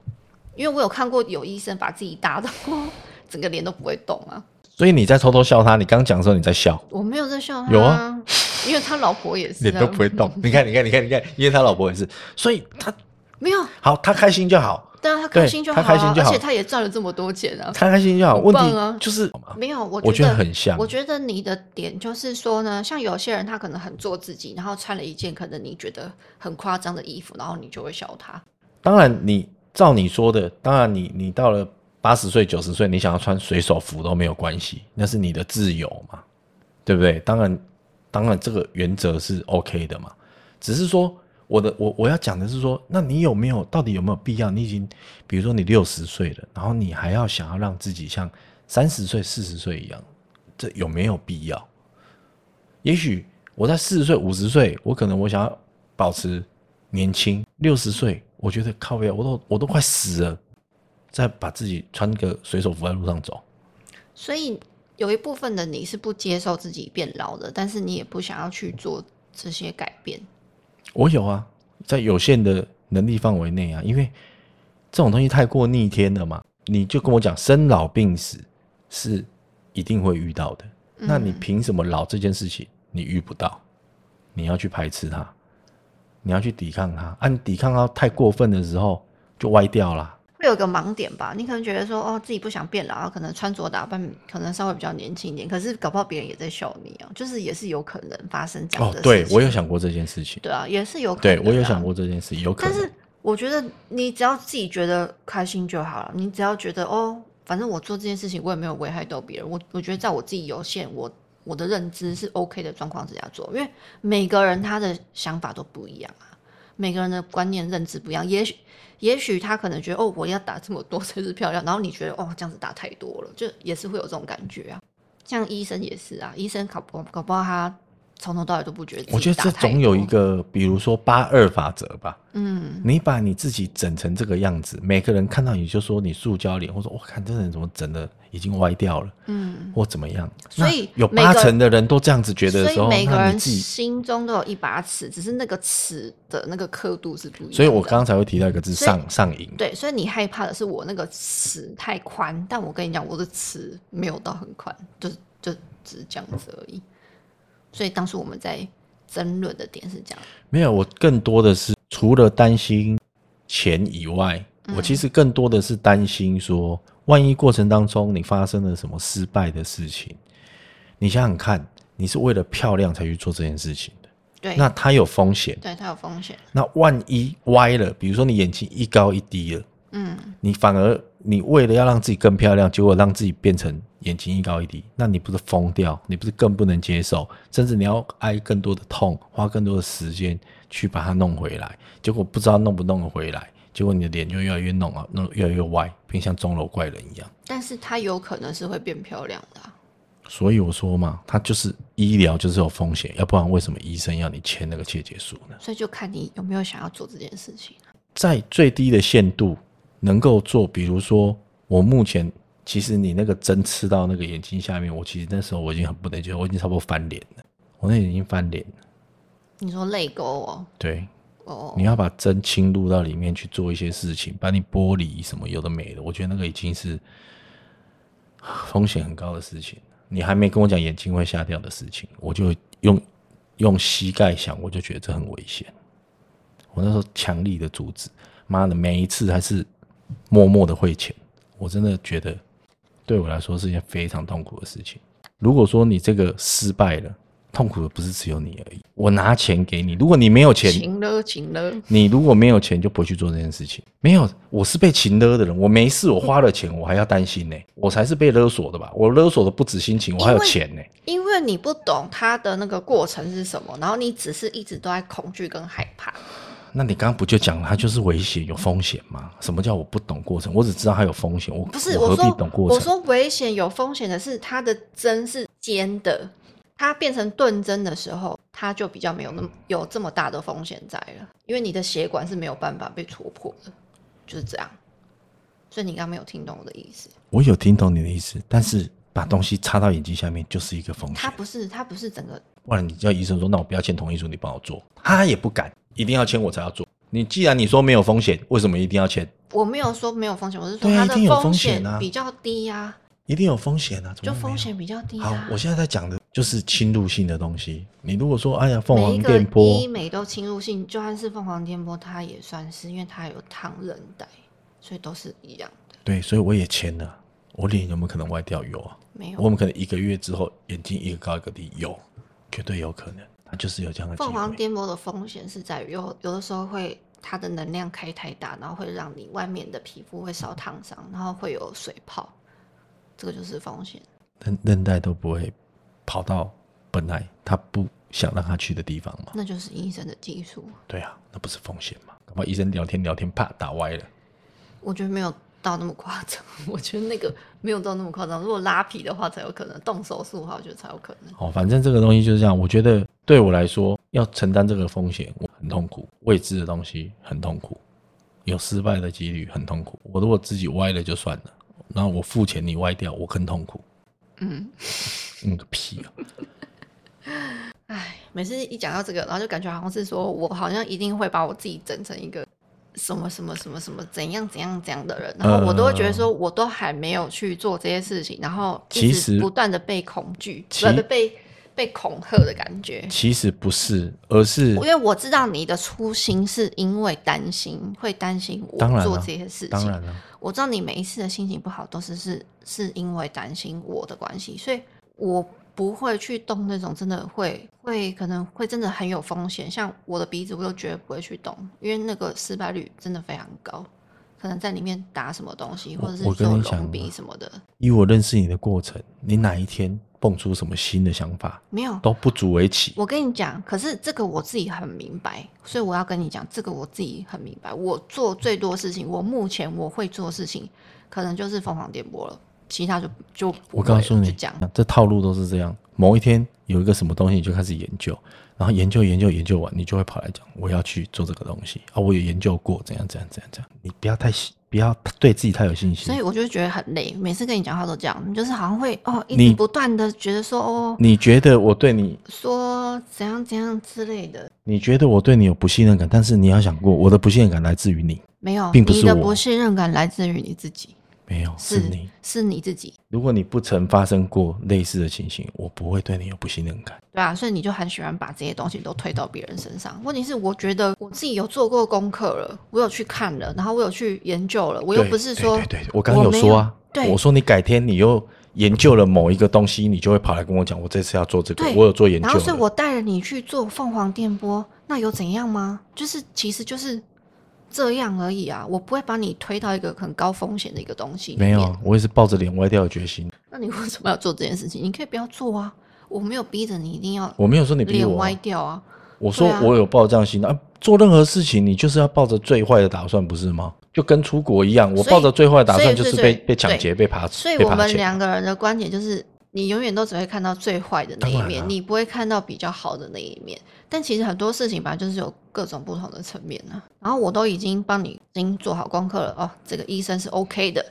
因为我有看过有医生把自己打到 (laughs) 整个脸都不会动啊，所以你在偷偷笑他。你刚讲的时候你在笑，我没有在笑他，有啊，因为他老婆也是、脸啊，都不会 (laughs) 动。你看，你看，你看，你看，因为他老婆也是，所以他没有，好，他开心就好，对啊，他开对心就好、他啊，开心就好而且他也赚了这么多钱啊，他开心就好。很问棒啊题就是，没有，我我觉觉得得很像我。觉得你的点就是说呢，像有些人他可能很做自己，然后穿了一件可能你觉得很夸张的衣服，然后你就会笑他。当然你，照你说的，当然你你到了八十岁、九十岁，你想要穿水手服都没有关系，那是你的自由嘛，对不对？当然，当然这个原则是 OK 的嘛。只是说我的我我要讲的是说，那你有没有到底有没有必要？你已经比如说你六十岁了，然后你还要想要让自己像三十岁、四十岁一样，这有没有必要？也许我在四十岁、五十岁，我可能我想要保持年轻；六十岁，我觉得靠呀，我都我都快死了，再把自己穿个水手服在路上走，所以有一部分的你是不接受自己变老的，但是你也不想要去做这些改变。我有啊，在有限的能力范围内啊，因为这种东西太过逆天了嘛。你就跟我讲，生老病死是一定会遇到的，那你凭什么老这件事情你遇不到？你要去排斥它，你要去抵抗它。啊，你抵抗它太过分的时候就歪掉啦。会有个盲点吧，你可能觉得说，哦，自己不想变老，可能穿着打扮可能稍微比较年轻一点，可是搞不好别人也在笑你啊，就是也是有可能发生这样哦的事，情。对我有想过这件事情，对啊，也是有可对能、啊。我有想过这件事，有可但能是。我觉得你只要自己觉得开心就好了，你只要觉得哦，反正我做这件事情我也没有危害到别人，我我觉得在我自己有限，我我的认知是 OK 的状况之下做，因为每个人他的想法都不一样啊，每个人的观念认知不一样，也许也许他可能觉得哦，我要打这么多才是漂亮，然后你觉得哦这样子打太多了，就也是会有这种感觉啊。像医生也是啊，医生搞不搞不好他从头到尾都不觉得。我觉得这总有一，个，比如说八二法则吧。嗯，你把你自己整成这个样子，每个人看到你就说你塑胶脸，或者我看这人怎么整的已经歪掉了，嗯，或怎么样。所以那有每个八成的人都这样子觉得所的时以候，每个那你人自己。心中都有一把尺，只是那个尺的那个刻度是不一样的。所以我刚才会提到一个字所以上上瘾，对，所以你害怕的是我那个尺太宽，但我跟你讲，我的尺没有到很宽，就就只是这样子而已。所以当时我们在争论的点是这样，没有，我更多的是除了担心钱以外，嗯我其实更多的是担心说，万一过程当中你发生了什么失败的事情，你想想看，你是为了漂亮才去做这件事情的，对，那它有风险。对它有风险，那万一歪了，比如说你眼睛一高一低了，嗯，你反而你为了要让自己更漂亮，结果让自己变成眼睛一高一低，那你不是疯掉？你不是更不能接受？甚至你要挨更多的痛，花更多的时间去把它弄回来，结果不知道弄不弄得回来，结果你的脸就越来越弄啊，弄越来越歪，变像钟楼怪人一样。但是它有可能是会变漂亮的啊、所以我说嘛，它就是医疗就是有风险，要不然为什么医生要你签那个切结书呢？所以就看你有没有想要做这件事情。在最低的限度能够做，比如说我目前其实你那个针刺到那个眼睛下面，我其实那时候我已经很不能接受，我已经差不多翻脸了，我那已经翻脸了。你说泪沟哦，对，哦，你要把针侵入到里面去做一些事情，把你剥离什么有的没的，我觉得那个已经是 (sighs) 啊风险很高的事情。你还没跟我讲眼睛会下掉的事情，我就用用膝盖想，我就觉得这很危险。我那时候强力的阻止，妈的，每一次还是默默的汇钱，我真的觉得对我来说是一件非常痛苦的事情。如果说你这个失败了，痛苦的不是只有你而已。我拿钱给你，如果你没有钱，情了情了，你如果没有钱，就不会去做这件事情。没有，我是被情勒的人，我没事，我花了钱，我还要担心呢、我才是被勒索的吧？我勒索的不止心情，我还有钱呢、因为你不懂它的那个过程是什么，然后你只是一直都在恐惧跟害怕。那你刚刚不就讲了，它就是危险，有风险吗？什么叫我不懂过程？我只知道它有风险，我不是我我何必说懂，过我程？说危险有风险的是它的针是尖的，它变成钝针的时候，它就比较没有那么有这么大的风险在了，因为你的血管是没有办法被戳破的，就是这样。所以你刚刚没有听懂我的意思，我有听懂你的意思，但是把东西插到眼睛下面就是一个风它险。不是它不是整个不然你叫医生说，那我不要签同意书，你帮我做，他也不敢，一定要签我才要做。你既然你说没有风险，为什么一定要签？我没有说没有风险，我是说对啊它一定的有风风险险啊比较低呀、一定有风险啊！怎就么会没有风险比较低好啊，。我现在在讲的就是侵入性的东西。你如果说，哎呀，凤每凰一个电波医，美都侵入性，就算是凤凰电波，它也算是，因为它有烫韧带，所以都是一样的，对，所以我也签了。我脸有没有可能歪掉？有啊，没有我们可能一个月之后眼睛一个高一个低，有，绝对有可能。它就是有这样的机凤凰会。颠簸的风险是在于有有的时候会它的能量开太大，然后会让你外面的皮肤会烧烫伤，然后会有水泡，这个就是风险。韧韧带都不会跑到本来他不想让他去的地方嘛？那就是医生的技术，对啊，那不是风险嘛？搞不好医生聊天聊天，啪打歪了。我觉得没有到那么夸张， (laughs) 我觉得那个没有到那么夸张。如果拉皮的话才有可能，动手术的话我觉得才有可能。哦，反正这个东西就是这样。我觉得对我来说，要承担这个风险，我很痛苦，未知的东西很痛苦，有失败的几率很痛苦。我如果自己歪了就算了，那我付钱你歪掉，我更痛苦。 (laughs) 嗯，嗯个屁啊！唉，每次一讲到这个，然后就感觉好像是说我好像一定会把我自己整成一个什么什么什么什么怎样怎样怎样的人，然后我都会觉得说我都还没有去做这些事情，然后嗯一其直实不断的被恐惧，其不是被被恐吓的感觉。其实不是，而是因为我知道你的初心是因为担心，会担心我当然做啊这些事情。当然了、我知道你每一次的心情不好都是是是因为担心我的关系，所以我不会去动那种真的会会可能会真的很有风险，像我的鼻子我都绝对不会去动，因为那个失败率真的非常高，可能在里面打什么东西我或者是我跟做你讲隆鼻啊什么的，以我认识你的过程，你哪一天蹦出什么新的想法没有。都不足为奇。我跟你讲，可是这个我自己很明白，所以我要跟你讲，这个我自己很明白。我做最多事情，我目前我会做的事情，可能就是凤凰电波了。其他就就不我会了啊告诉你就这样，，这套路都是这样。某一天有一个什么东西，你就开始研究，然后研究研究研究完，你就会跑来讲我要去做这个东西啊，我有研究过，怎样怎样怎样怎样。你不要太信不要对自己太有信心嗯所。以我就觉得很累。每次跟你讲话都这样，你就是好像会哦，一你嗯直不断的觉得说哦，你觉得我对你，说怎样怎样之类的，你觉得我对你有不信任感，但是你要想过，我的不信任感来自于你，没有，并不你是的我不信任感来自于你自己，没有是是你。是你自己，如果你不曾发生过类似的情形，我不会对你有不信任感。对啊，所以你就很喜欢把这些东西都推到别人身上。问题是，我觉得我自己有做过功课了，我有去看了，然后我有去研究了，我又对不是说对对对我刚刚有没说啊，对我说你改天你又研究了某一个东西，你就会跑来跟我讲，我这次要做这个对，我有做研究然了。后所以我带了你去做凤凰电波，那有怎样吗？就是其实就是这样而已啊，我不会把你推到一个很高风险的一个东西里没面。有，啊我也是抱着脸歪掉的决心。那你为什么要做这件事情？你可以不要做啊，我没有逼着你一定要我没有说你逼脸我啊、歪掉啊。我说对啊我有抱这样的心态、啊做任何事情你就是要抱着最坏的打算，不是吗？就跟出国一样，我所以抱着最坏的打所算以就是所以被所以被抢劫、被扒，所以被我扒们钱两个人的观点就是，你永远都只会看到最坏的那一当然面，啊你不会看到比较好的那一面。但其实很多事情吧，就是有各种不同的层面啊。然后我都已经帮你已经做好功课了哦，这个医生是 OK 的，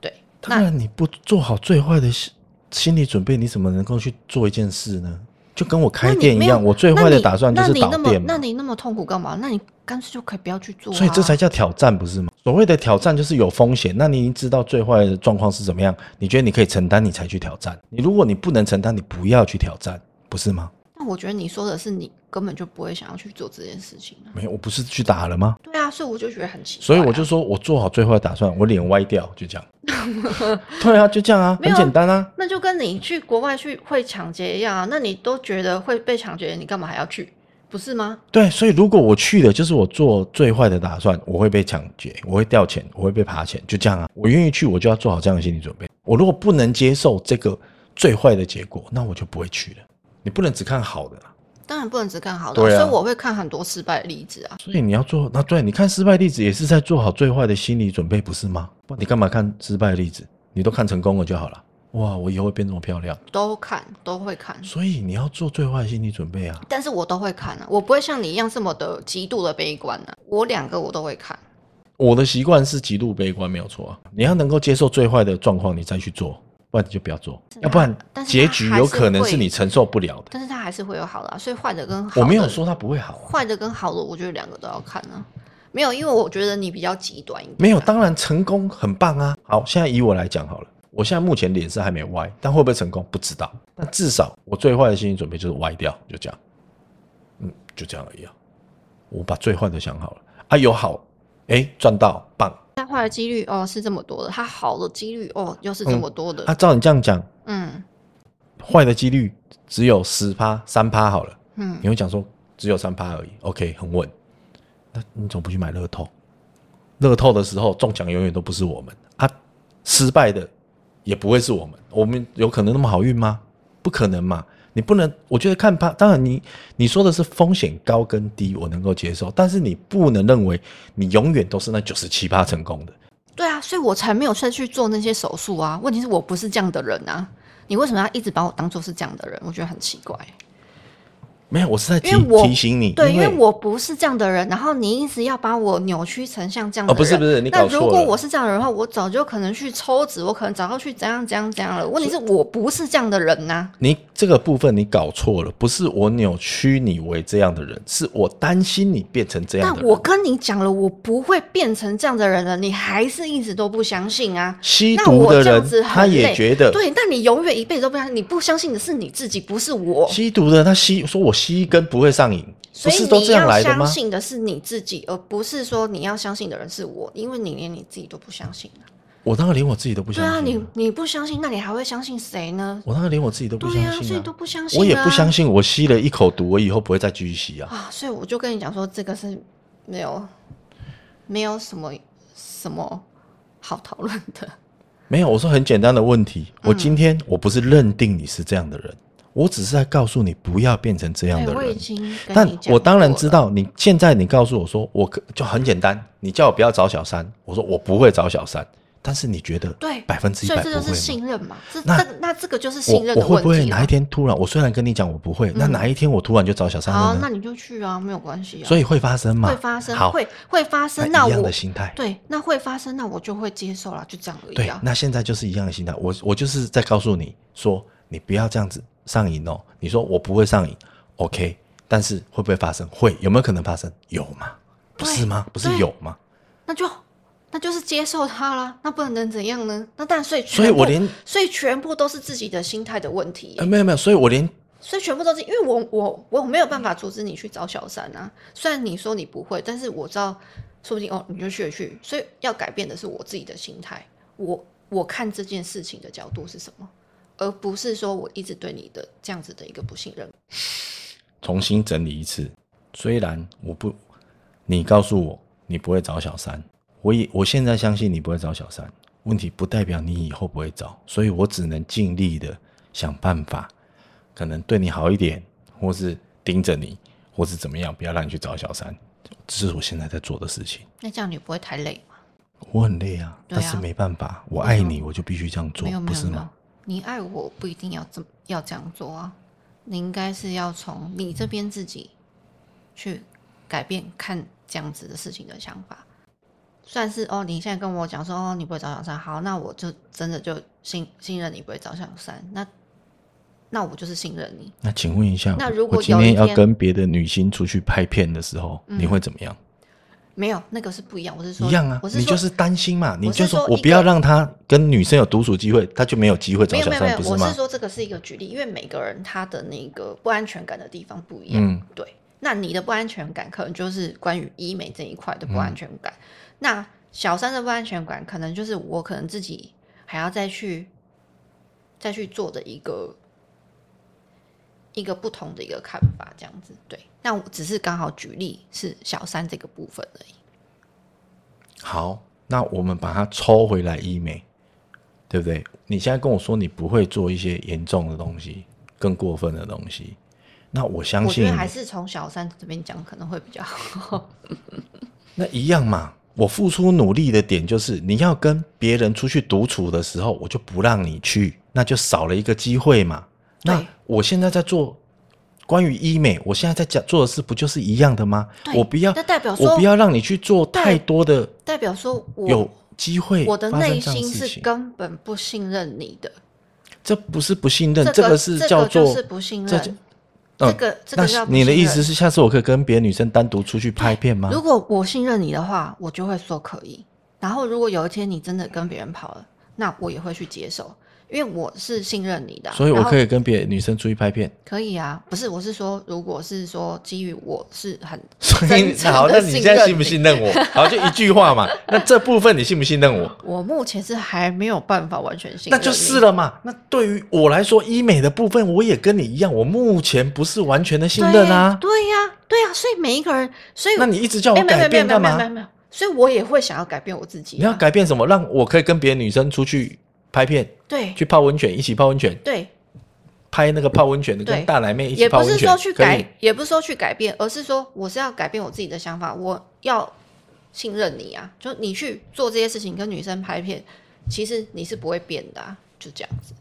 对，当然，你不做好最坏的心心理准备，你怎么能够去做一件事呢？就跟我开那你店一没有样，我最那坏的你打算就那是你倒那么店嘛那。你那么痛苦干嘛？那你干脆就可以不要去做、啊。所以这才叫挑战，不是吗？所谓的挑战就是有风险。那你已经知道最坏的状况是怎么样，你觉得你可以承担，你才去挑战。你如果你不能承担，你不要去挑战，不是吗？但我觉得你说的是你根本就不会想要去做这件事情啊。没有，我不是去打了吗？对啊，所以我就觉得很奇怪啊、所以我就说我做好最坏的打算，我脸歪掉，就 (laughs) 这样。对啊，就这样啊，没很有简单啊。那就跟你去国外去会抢劫一样啊，那你都觉得会被抢劫，你干嘛还要去？不是吗？对，所以如果我去了，就是我做最坏的打算，我会被抢劫，我会掉钱，我会被扒钱，就这样啊。我愿意去，我就要做好这样的心理准备。我如果不能接受这个最坏的结果，那我就不会去了。你不能只看好的啦，当然不能只看好的，对啊所以我会看很多失败的例子啊。所以你要做那对，你看失败例子也是在做好最坏的心理准备，不是吗？不然你干嘛看失败的例子？你都看成功了就好了。啊哇，我以后会变这么漂亮，都看，都会看，所以你要做最坏的心理准备啊。但是我都会看啊，我不会像你一样这么的极度的悲观啊。我两个我都会看，我的习惯是极度悲观，没有错啊。你要能够接受最坏的状况，你再去做，不然你就不要做，是啊要不然但是它结局有可能是你还是会承受不了的。但是它还是会有好的、啊，所以坏的跟好的我没有说它不会好啊，坏的跟好的，我觉得两个都要看啊。没有，因为我觉得你比较极端一点啊、没有，当然成功很棒啊。好，现在以我来讲好了，我现在目前脸是还没歪，但会不会成功不知道。但至少我最坏的心理准备就是歪掉，就这样，嗯，就这样而已啊。我把最坏的想好了啊，有好，哎，赚到棒。它坏的几率哦是这么多的，它好的几率哦又是这么多的。啊，照你这样讲，嗯坏的几率只有十趴、三趴好了。嗯，你会讲说只有三趴而已，OK，很稳。那你总不去买乐透？乐透的时候中奖永远都不是我们啊，失败的也不会是我们。我们有可能那么好运吗？不可能嘛！你不能，我觉得看趴，当然你你说的是风险高跟低，我能够接受，但是你不能认为你永远都是那九十七趴成功的。对啊，所以我才没有再去做那些手术啊。问题是我不是这样的人啊，你为什么要一直把我当做是这样的人？我觉得很奇怪。没有，我是在提因为我提醒你，对，因因为我不是这样的人，然后你一直要把我扭曲成像这样哦，的人。不是不是，你那搞错如了。果我是这样的人的话，我早就可能去抽脂，我可能早就去怎样怎样怎样了。问题是我不是这样的人呐、啊你这个部分你搞错了，不是我扭曲你为这样的人，是我担心你变成这那样的人。我跟你讲了，我不会变成这样的人了，你还是一直都不相信啊。吸那毒我的这样人子很他也累觉得，对，那你永远一辈子都不相信，你不相信的是你自己，不是我。吸毒的他吸说我吸一根不会上瘾，不所以是都你这样要来的相吗？信的是你自己，而不是说你要相信的人是我，因为你连你自己都不相信啊、我当然连我自己都不对相信啊，啊，你你不相信，那你还会相信谁呢？我当然连我自己都不对啊，相所信以啊都不相信、啊。我也不相信我吸了一口毒，我以后不会再继续吸啊。啊，所以我就跟你讲说，这个是没有没有什么什么好讨论的。没有，我说很简单的问题，嗯我今天我不是认定你是这样的人，我只是在告诉你不要变成这样哎的我已人。经跟但你讲我当然过知了道，你现在你告诉我说，我可就很简单，你叫我不要找小三，我说我不会找小三，但是你觉得对百分之一所以百这不就会是吗？信任嘛，这那这那这个就是信我任我的会问不会题啦啊哪一天突然，我虽然跟你讲我不会，那哪一天我突然就找小三好了，呢那？你就去啊，没有关系啊，所以会发生嘛？会发生，好，会会发生，那那一样我的心态。对，那会发生，那我就会接受啦，就这样而已对啊，。那现在就是一样的心态。我我就是在告诉你说，你不要这样子上瘾哦。你说我不会上瘾，OK？但是会不会发生？会，有没有可能发生？有嘛？不是吗？不是对有吗？那就那就是接受它啦，那不然能怎样呢？那但所以所以全我部连所以全部都是自己的心态的问题耶、啊呃，没有没有，所以我连所以全部都是因为我我我没有办法阻止你去找小三啊，虽然你说你不会，但是我知道，说不定哦你就去了去，所以要改变的是我自己的心态，我我看这件事情的角度是什么，而不是说我一直对你的这样子的一个不信任。重新整理一次。虽然我不，你告诉我你不会找小三，我也我现在相信你不会找小三。问题不代表你以后不会找，所以我只能尽力的想办法，可能对你好一点，或是盯着你，或是怎么样，不要让你去找小三。这是我现在在做的事情。那这样你不会太累吗？我很累啊，对啊但是没办法，我爱你，我就必须这样做没有，没不有是没有吗？，你爱我不一定要这么要这样做啊，你应该是要从你这边自己去改变看这样子的事情的想法。算是哦，你现在跟我讲说哦，你不会找小三，好，那我就真的就信信任你不会找小三，那那我就是信任你。那请问一下，那我如果我今有一天要天嗯跟别的女星出去拍片的时候，你会怎么样？没有，那个是不一样。我是说一样啊我，是你说就是担心嘛，你我就是说说我一不要个让他跟女生有独处机会，他就没有机会找没有小没有没三，有，不我吗是？说这个是一个举例，因为每个人他的那个不安全感的地方不一样。嗯对，那你的不安全感可能就是关于医美这一块的不安全嗯感，那小三的不安全感可能就是我可能自己还要再去再去做的一个一个不同的一个看法，这样子对。那我只是刚好举例是小三这个部分而已。好，那我们把它抽回来医美，对不对？你现在跟我说你不会做一些严重的东西，更过分的东西，那我相我觉信得还你是从小三这边讲可能会比较好。那一样嘛。我付出努力的点就是，你要跟别人出去独处的时候，我就不让你去，那就少了一个机会嘛。那对我现在在做关于医美，我现在在讲做的事不就是一样的吗？对我不要那代表我说不要让你去做太多的代表说我有机会我的发生内这样心事是情，根本不信任你的，这不是不信任，这个是叫这做个就是不信这就任。嗯这个这那个叫不你的信意任思是，下次我可以跟别的女生单独出去拍片吗？如果我信任你的话，我就会说可以。然后如果有一天你真的跟别人跑了，那我也会去接受，因为我是信任你的啊、所以我然后可以跟别的女生出去拍片。可以啊，不是，我是说，如果是说基于我是很所以真那诚好，那的你信现在任信不信任我？好，就一句话嘛。 (laughs) 那这部分你信不信任我？我目前是还没有办法完全信那任，就是。了嘛。那对于我来说，医美的部分我也跟你一样，我目前不是完全的信任啊。对对呀、对呀、所以每一个人，所以那你一直叫哎我没改有没有变没有干没有没嘛有？没有，所以我也会想要改变我自己啊、你要改变什么？让我可以跟别的女生出去拍片，对去泡温泉，一起泡温泉，对，拍那个泡温泉的，对跟大奶妹一起也泡不温是泉，说去可以改，也不是说去改变，而是说我是要改变我自己的想法，我要信任你啊！就你去做这些事情，跟女生拍片，其实你是不会变的、啊，就这样子。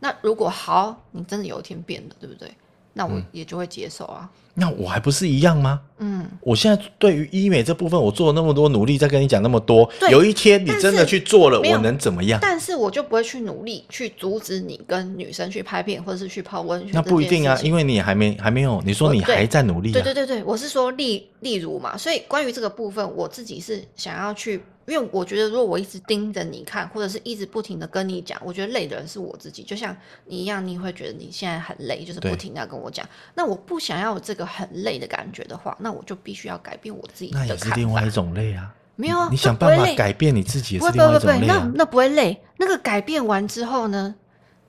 那如果好，你真的有一天变了，对不对？那嗯我也就会接受啊。那我还不是一样吗？嗯，我现在对于医美这部分，我做了那么多努力，再跟你讲那么多，对有一天你但是真的去做了，没有我能怎么样？但是我就不会去努力去阻止你跟女生去拍片，或者是去泡温泉。那不一定啊，因为为你还没还没有，你说我你哦对还在努力、啊，对对对对，我是说例例如嘛，所以关于这个部分，我自己是想要去，因为我觉得如果我一直盯着你看，或者是一直不停的跟你讲，我觉得累的人是我自己，就像你一样，你会觉得你现在很累，就是对不停的跟我讲。那我不想要有这个很累的感觉的话，那我就必须要改变我自己的那看法。也是另外一种累啊。没有啊，你这想不会办法累改变你自己也不是会不另外一会不会种，累那啊。那不会累。那个改变完之后呢？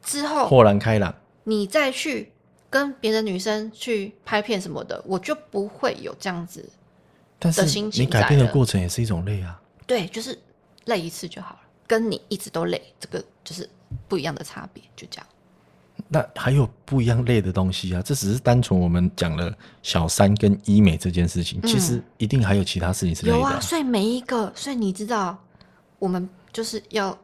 之后豁然开朗，你再去跟别的女生去拍片什么的，我就不会有这样子。但的是心你情改在变的了过程也是一种累啊。对，就是累一次就好了，跟你一直都累，这个就是不一样的差别，就这样。那还有不一样累的东西啊，这只是单纯我们讲了小三跟医美这件事情，其实一定还有其他事情是累嗯有啊的、啊，所以每一个，所以你知道，我们就是要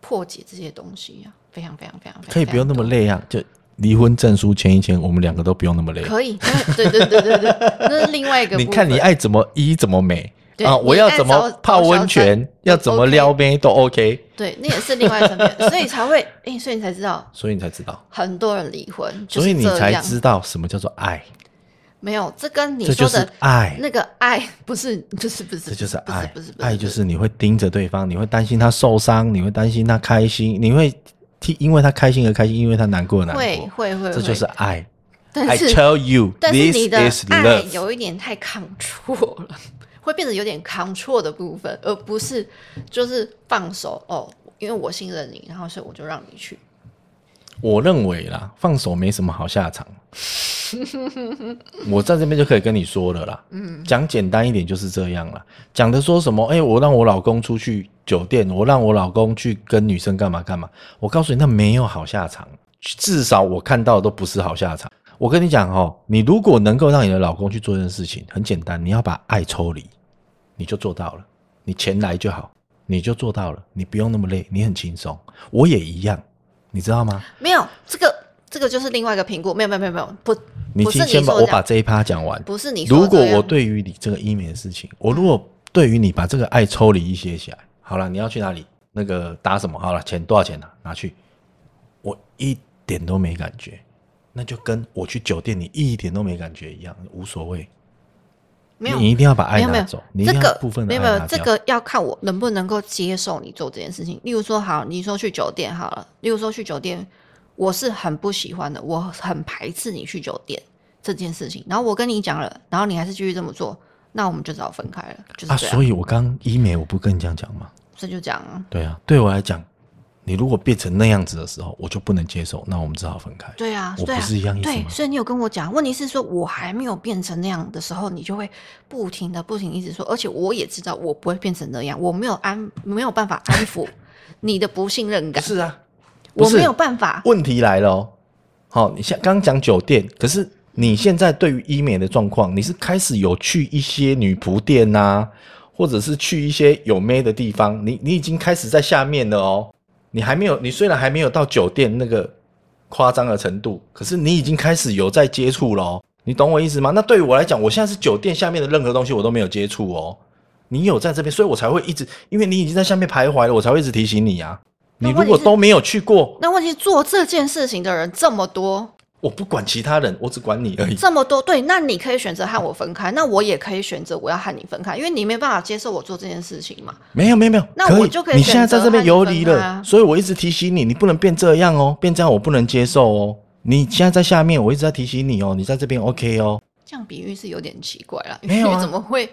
破解这些东西啊，非常非常非常可以不用那么累。累啊，就离婚证书签一签，我们两个都不用那么累。可以，对对对对对，那是另外一个 (laughs) 部你分。看你爱怎么医怎么美对啊，你我要爱怎么找泡找小温泉三，要怎么 OK 撩妹都 OK，对，那也是另外一层面，所以才会，哎、所以你才知道所以你才知道，很多人离婚，就所以是你这才样知道什么叫做爱，没有，这跟你这就说的是爱，那个爱 (laughs) 不是，不是不是，这就是不是爱不是，不是爱就是你会盯着对方，你会担心他受伤，你会担心他开心，你会替因为他开心而开心，因为他难过而难会过，会会，这就是会爱。但 I 是 tell you, 但是 this 你的 is 爱 love。有一点太 control 了， (laughs) 会变得有点 control 的部分，而不是就是放手哦，因为我信任你，然后所以我就让你去。我认为啦，放手没什么好下场。我在这边就可以跟你说了啦，嗯，讲简单一点就是这样啦。讲的说什么，哎、我让我老公出去酒店，我让我老公去跟女生干嘛干嘛，我告诉你，那没有好下场，至少我看到的都不是好下场。我跟你讲哦，你如果能够让你的老公去做这件事情，很简单，你要把爱抽离，你就做到了，你钱来就好，你就做到了，你不用那么累，你很轻松。我也一样，你知道吗？没有这个，这个就是另外一个评估。没有没有没有没有，不，你不是听，你先把说的我把这一趴讲完。不是你说啊如果这样我对于你这个医美的事情，我如果对于你把这个爱抽离一些起来，好了，你要去哪里？那个打什么？好了，钱多少钱呢、啊拿去，我一点都没感觉，那就跟我去酒店你一点都没感觉一样，无所谓。没有你一定要把爱没有没拿有走，你一这定要个部分的没爱有没有拿这掉。个要看我能不能够接受你做这件事情。例如说，好，你说去酒店好了，例如说去酒店，我是很不喜欢的，我很排斥你去酒店这件事情。然后我跟你讲了，然后你还是继续这么做，那我们就只好分开了，就是啊，这样，所以我刚医美我不跟你这样讲吗？这就这样啊。对啊，对我来讲，你如果变成那样子的时候，我就不能接受，那我们只好分开。对啊，我对啊不是一样意思对吗，所以你有跟我讲，问题是说我还没有变成那样的时候，你就会不停的、不停地一直说，而且我也知道我不会变成那样，我没有安没有办法安抚 (laughs) 你的不信任不感，是啊，不我是没有办法。问题来了哦，好、你像刚刚讲酒店，可是你现在对于医美的状况，你是开始有去一些女仆店呐、或者是去一些有妹的地方，你你已经开始在下面了哦，你还没有，你虽然还没有到酒店那个夸张的程度，可是你已经开始有在接触了哦，你懂我意思吗？那对于我来讲，我现在是酒店下面的任何东西我都没有接触哦。你有在这边，所以我才会一直，因为你已经在下面徘徊了，我才会一直提醒你啊。那你如问题果是都没有去过，那问题是做这件事情的人这么多，我不管其他人，我只管你而已。这么多，对，那你可以选择和我分开，那我也可以选择我要和你分开，因为你没办法接受我做这件事情嘛。没有没有没有，那可我以就可以你现在在这边游离选择和你了，分开啊所以我一直提醒你，你不能变这样哦，变这样我不能接受哦。你现在在下面，我一直在提醒你哦，你在这边 OK 哦，这样比喻是有点奇怪啦，没有啊因为怎么会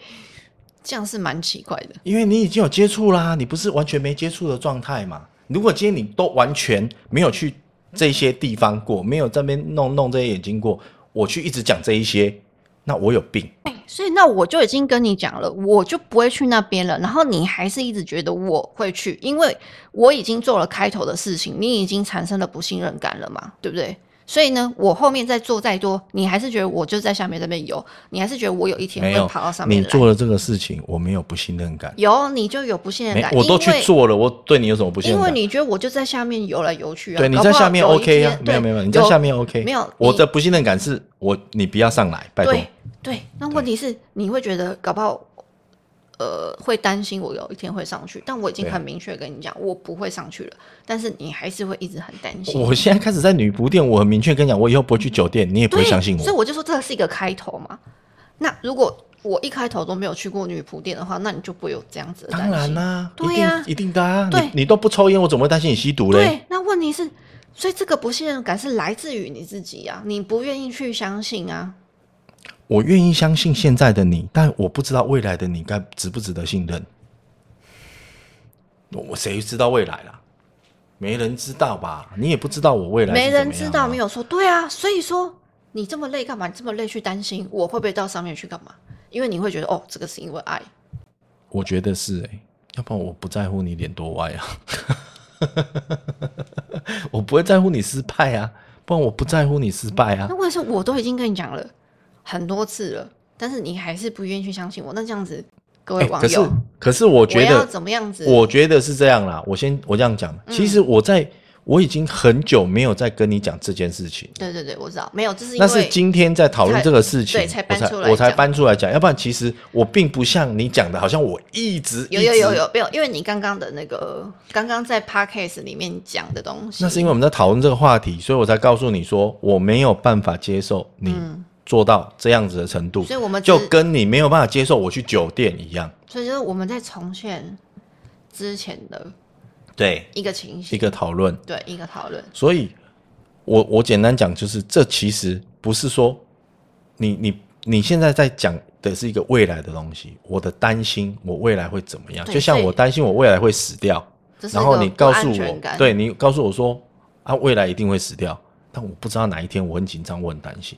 这样是蛮奇怪的。因为你已经有接触啦，你不是完全没接触的状态嘛。如果今天你都完全没有去这些地方过，没有这边弄弄这些眼睛过，我去一直讲这一些，那我有病。所以那我就已经跟你讲了，我就不会去那边了。然后你还是一直觉得我会去，因为我已经做了开头的事情，你已经产生了不信任感了嘛，对不对？所以呢，我后面再做再多，你还是觉得我就在下面这边游，你还是觉得我有一天没有会跑到上你面来。做了这个事情，我没有不信任感。有你就有不信任没感，，我都去因为做了，我对你有什么不信任因感？为你觉得我就在下面游来游去啊，对，你搞不在好下面有一 OK 啊天？没有对没有，你在下面 OK。没有我你的不信任感是我，你不要上来，拜托。对对，那问题是你会觉得搞不好，呃，会担心我有一天会上去，但我已经对很明确跟你讲，我不会上去了，但是你还是会一直很担心。我现在开始在女仆店，我很明确跟你讲，我以后不会去酒店，你也不对，会相信所以我。我就说这是一个开头嘛。那如果我一开头都没有去过女仆店的话，那你就不会有这样子的担当然心。啦，对一定呀一定的啊。对你你都不抽烟，我怎么会担心你吸毒嘞？对，那问题是，所以这个不信任感是来自于你自己啊，你不愿意去相信啊。我愿意相信现在的你，但我不知道未来的你该值不值得信任。我我谁知道未来啦？没人知道吧？你也不知道我未来是没怎人么知样道啊没有说对啊，所以说你这么累干嘛？你这么累去担心我会不会到上面去干嘛？因为你会觉得哦，这个是因为爱，我觉得是哎、要不然我不在乎你脸多歪啊， (laughs) 我不会在乎你失败啊，不然我不在乎你失败啊那。问题是我都已经跟你讲了很多次了，但是你还是不愿意去相信我，那这样子各哎位网可是友，可是我我觉要嗯得，怎么样子？我觉得是这样啦。我先我这样讲，其实我在我已经很久没有再跟你讲这件事情，对对对，我知道，没有，这是因那是为今天在讨论才这个事情，对才搬出我来才我才讲搬出来讲，要不然其实我并不像你讲的，好像我一直有有有，一直有没有？因为你刚刚的那个，刚刚在 podcast 里面讲的东西，那是因为我们在讨论这个话题，所以我才告诉你说我没有办法接受你做到这样子的程度，嗯所以我们只就跟你没有办法接受我去酒店一样，所以就是我们在重现之前的对，一个情一形，个讨论。对一个讨论，所以，我我简单讲，就是这其实不是说你你你现在在讲的是一个未来的东西，我的担心我未来会怎么样，对就像所以我担心我未来会死掉，这是一然后个你不告诉安我全感，，对你告诉我说啊，未来一定会死掉，但我不知道哪一天，我很紧张，我很担心，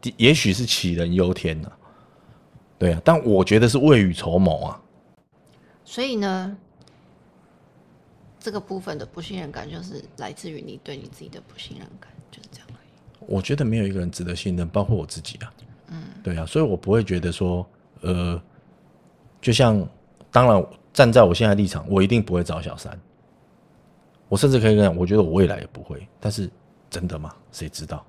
的也许是杞人忧天呢、对啊，但我觉得是未雨绸缪啊，所以呢，这个部分的不信任感就是来自于你对你自己的不信任感，就是这样而已。我觉得没有一个人值得信任，包括我自己啊。嗯，对啊，所以我不会觉得说，呃，就像当然站在我现在的立场，我一定不会找小三。我甚至可以跟你讲，我觉得我未来也不会。但是真的吗？谁知道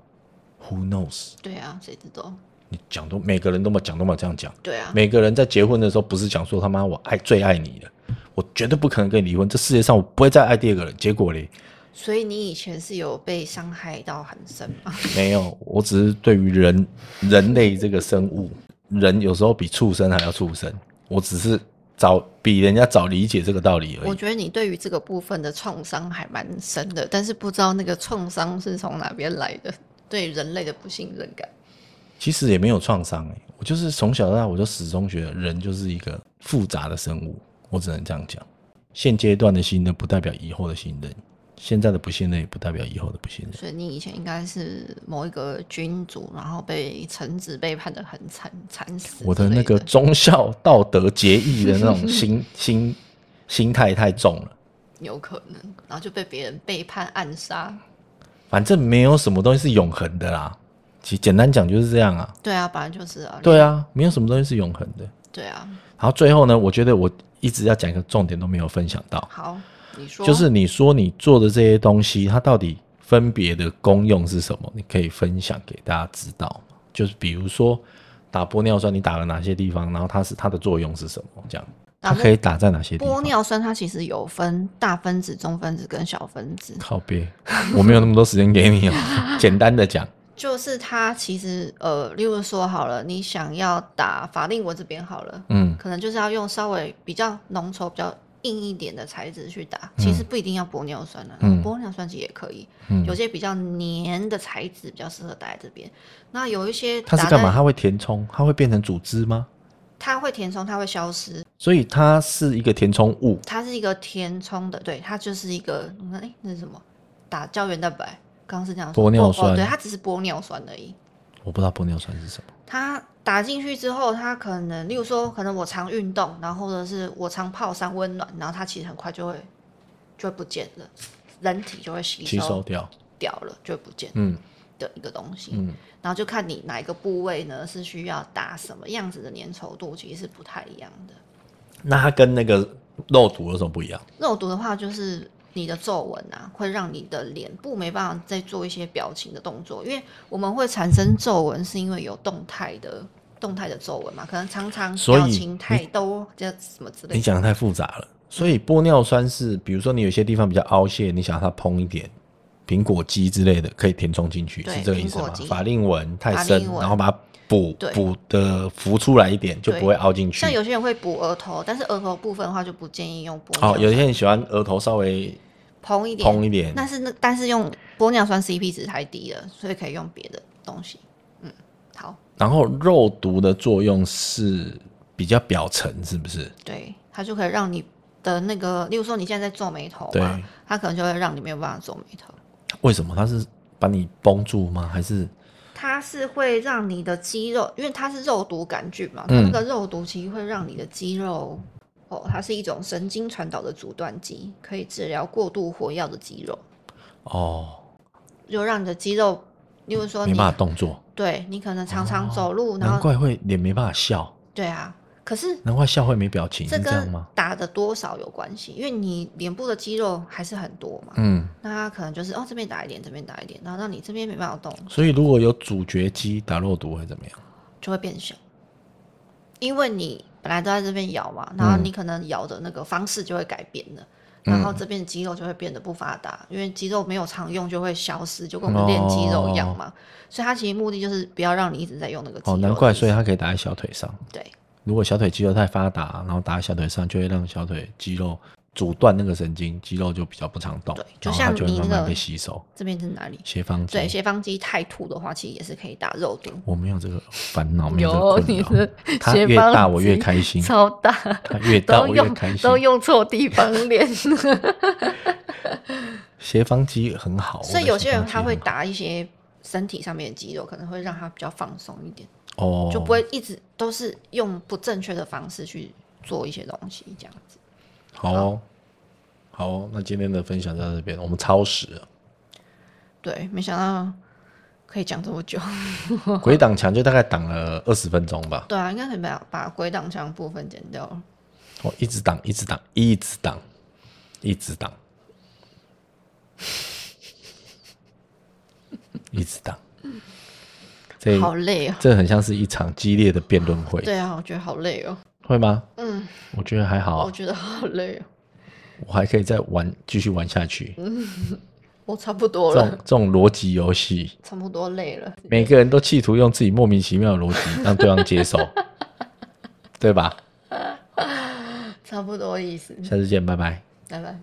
？Who knows？对啊，谁知道？你讲都每个人都嘛讲都嘛这样讲，对啊，每个人在结婚的时候不是讲说他妈我爱最爱你了，我绝对不可能跟你离婚，这世界上我不会再爱第二个人。结果嘞，所以你以前是有被伤害到很深吗？没有，我只是对于人人类这个生物，人有时候比畜生还要畜生，我只是早比人家早理解这个道理而我已。觉得你对于这个部分的创伤还蛮深的，但是不知道那个创伤是从哪边来的，对人类的不信任感。其实也没有创伤诶，我就是从小到大我就始终觉得人就是一个复杂的生物，我只能这样讲。现阶段的信任不代表以后的信任，现在的不信任也不代表以后的不信任。所以你以前应该是某一个君主，然后被臣子背叛的很惨，惨死之类。我的那个忠孝道德节义的那 (laughs) 种心心心态太重了。有可能，然后就被别人背叛暗杀。反正没有什么东西是永恒的啦。其实简单讲就是这样啊。对啊，本来就是啊。对啊，没有什么东西是永恒的。对啊，然后最后呢，我觉得我一直要讲一个重点都没有分享到，好，你说就是你说你做的这些东西，它到底分别的功用是什么？你可以分享给大家知道吗就是比如说打玻尿酸，你打了哪些地方，然后它是它的作用是什么？这样它打可以打在哪些地玻方？尿酸，它其实有分大分子、中分子跟小分子。靠背，我没有那么多时间给你 (laughs) 哦。简单的讲，就是它其实呃，例如说好了，你想要打法令纹这边好了，嗯，可能就是要用稍微比较浓稠、比较硬一点的材质去打，其实不一定要玻尿酸啊，嗯玻尿酸其实也可以，嗯有些比较黏的材质比较适合打在这边。那有一些它是打干嘛？在？它会填充？它会变成组织吗？它会填充，它会消失，所以它是一个填充物，它是一个填充的，对，它就是一个，你看，哎，那是什么？打胶原蛋白，刚刚是这样说，玻尿哦酸对，它只是玻尿酸而已。我不知道玻尿酸是什么。它打进去之后，它可能，例如说，可能我常运动，然后或者是我常泡山温暖，然后它其实很快就会就会不见了，人体就会吸吸收收掉。掉了，就会不见嗯的一个东西。嗯，然后就看你哪一个部位呢是需要打什么样子的粘稠度，其实是不太一样的。那它跟那个肉毒有什么不一样？肉毒的话，就是你的皱纹啊，会让你的脸部没办法再做一些表情的动作，因为我们会产生皱纹，是因为有动态的动态的皱纹嘛，可能常常所以表情太多，这什么之类你的。讲的太复杂了。所以玻尿酸是，比如说你有些地方比较凹陷，你想要它嘭一点，苹果肌之类的可以填充进去，对是这个意思苹吗果肌？法令纹太法深令，纹然后把它补对补的浮出来一点，就对不会凹进去像。有些人会补额头，但是额头部分的话就不建议用玻哦，有尿酸，些人喜欢额头稍微膨一点，嘭一点，但是那但是用玻尿酸 CP 值太低了，所以可以用别的东西。嗯，好，然后肉毒的作用是比较表层，是不是？对，它就可以让你的那个，例如说你现在在皱眉头对嘛，它可能就会让你没有办法皱眉头。为什么？它是把你绷住吗？还是它是会让你的肌肉，因为它是肉毒杆菌嘛，它嗯那个肉毒其实会让你的肌肉，哦，它是一种神经传导的阻断剂，可以治疗过度活跃的肌肉，哦，就让你的肌肉，例如说没你办法动作？对你可能常常哦走路，然难后怪会脸没办法笑。对啊，可是难怪笑会没表情，这是这样跟吗？打的多少有关系，因为你脸部的肌肉还是很多嘛，嗯，那他可能就是哦这边打一点，这边打一点，然后让你这边没办法动，所以如果有主角肌打肉毒会怎么样？就会变小，因为你本来都在这边摇嘛，然后嗯你可能摇的那个方式就会改变了。然后这边肌肉就会变得不发达，因为肌肉没有常用就会消失，就跟我们练肌肉一样嘛。所以它其实目的就是不要让你一直在用那个肌哦，肉。难怪，所以以它可以打在小腿上。对如果小腿肌肉太发达，然后打在小腿上，就会让小腿肌肉阻断那个神经，肌肉就比较不常动，对就然后像它就会你慢那慢个被吸收。这边是哪里？斜方肌，对，斜方肌太凸的话，其实也是可以打肉毒。我没有这个烦恼，没有这你个困扰的。它斜越方大我越肌开心，超大，它越大都我越用开心都。用错地方练。斜方肌很好，所以 (laughs) 我的有些斜人方肌他很会好打一些身体上面的肌肉，可能会让他比较放松一点，哦，就不会一直都是用不正确的方式去做一些东西这样子。好哦，好哦。那今天的分享到这边，我们超时了。对，没想到可以讲这么久。 (laughs) 嗯鬼挡墙就大概挡了二十分钟吧，对啊，应该可以把把鬼挡墙部分剪掉了。我一直挡，一直挡，一直挡，一直挡， (laughs) 一直挡。这好累哦。这很像是一场激烈的辩论会，对啊，我觉得好累哦。会吗？嗯，我觉得还好我啊，觉得好累哦。我还可以再玩，继续玩下去。我差不多这种了，这种逻辑游戏，差不多累了。每个人都企图用自己莫名其妙的逻辑让对方接受，对吧？差不多意思。下次见，拜拜。拜拜。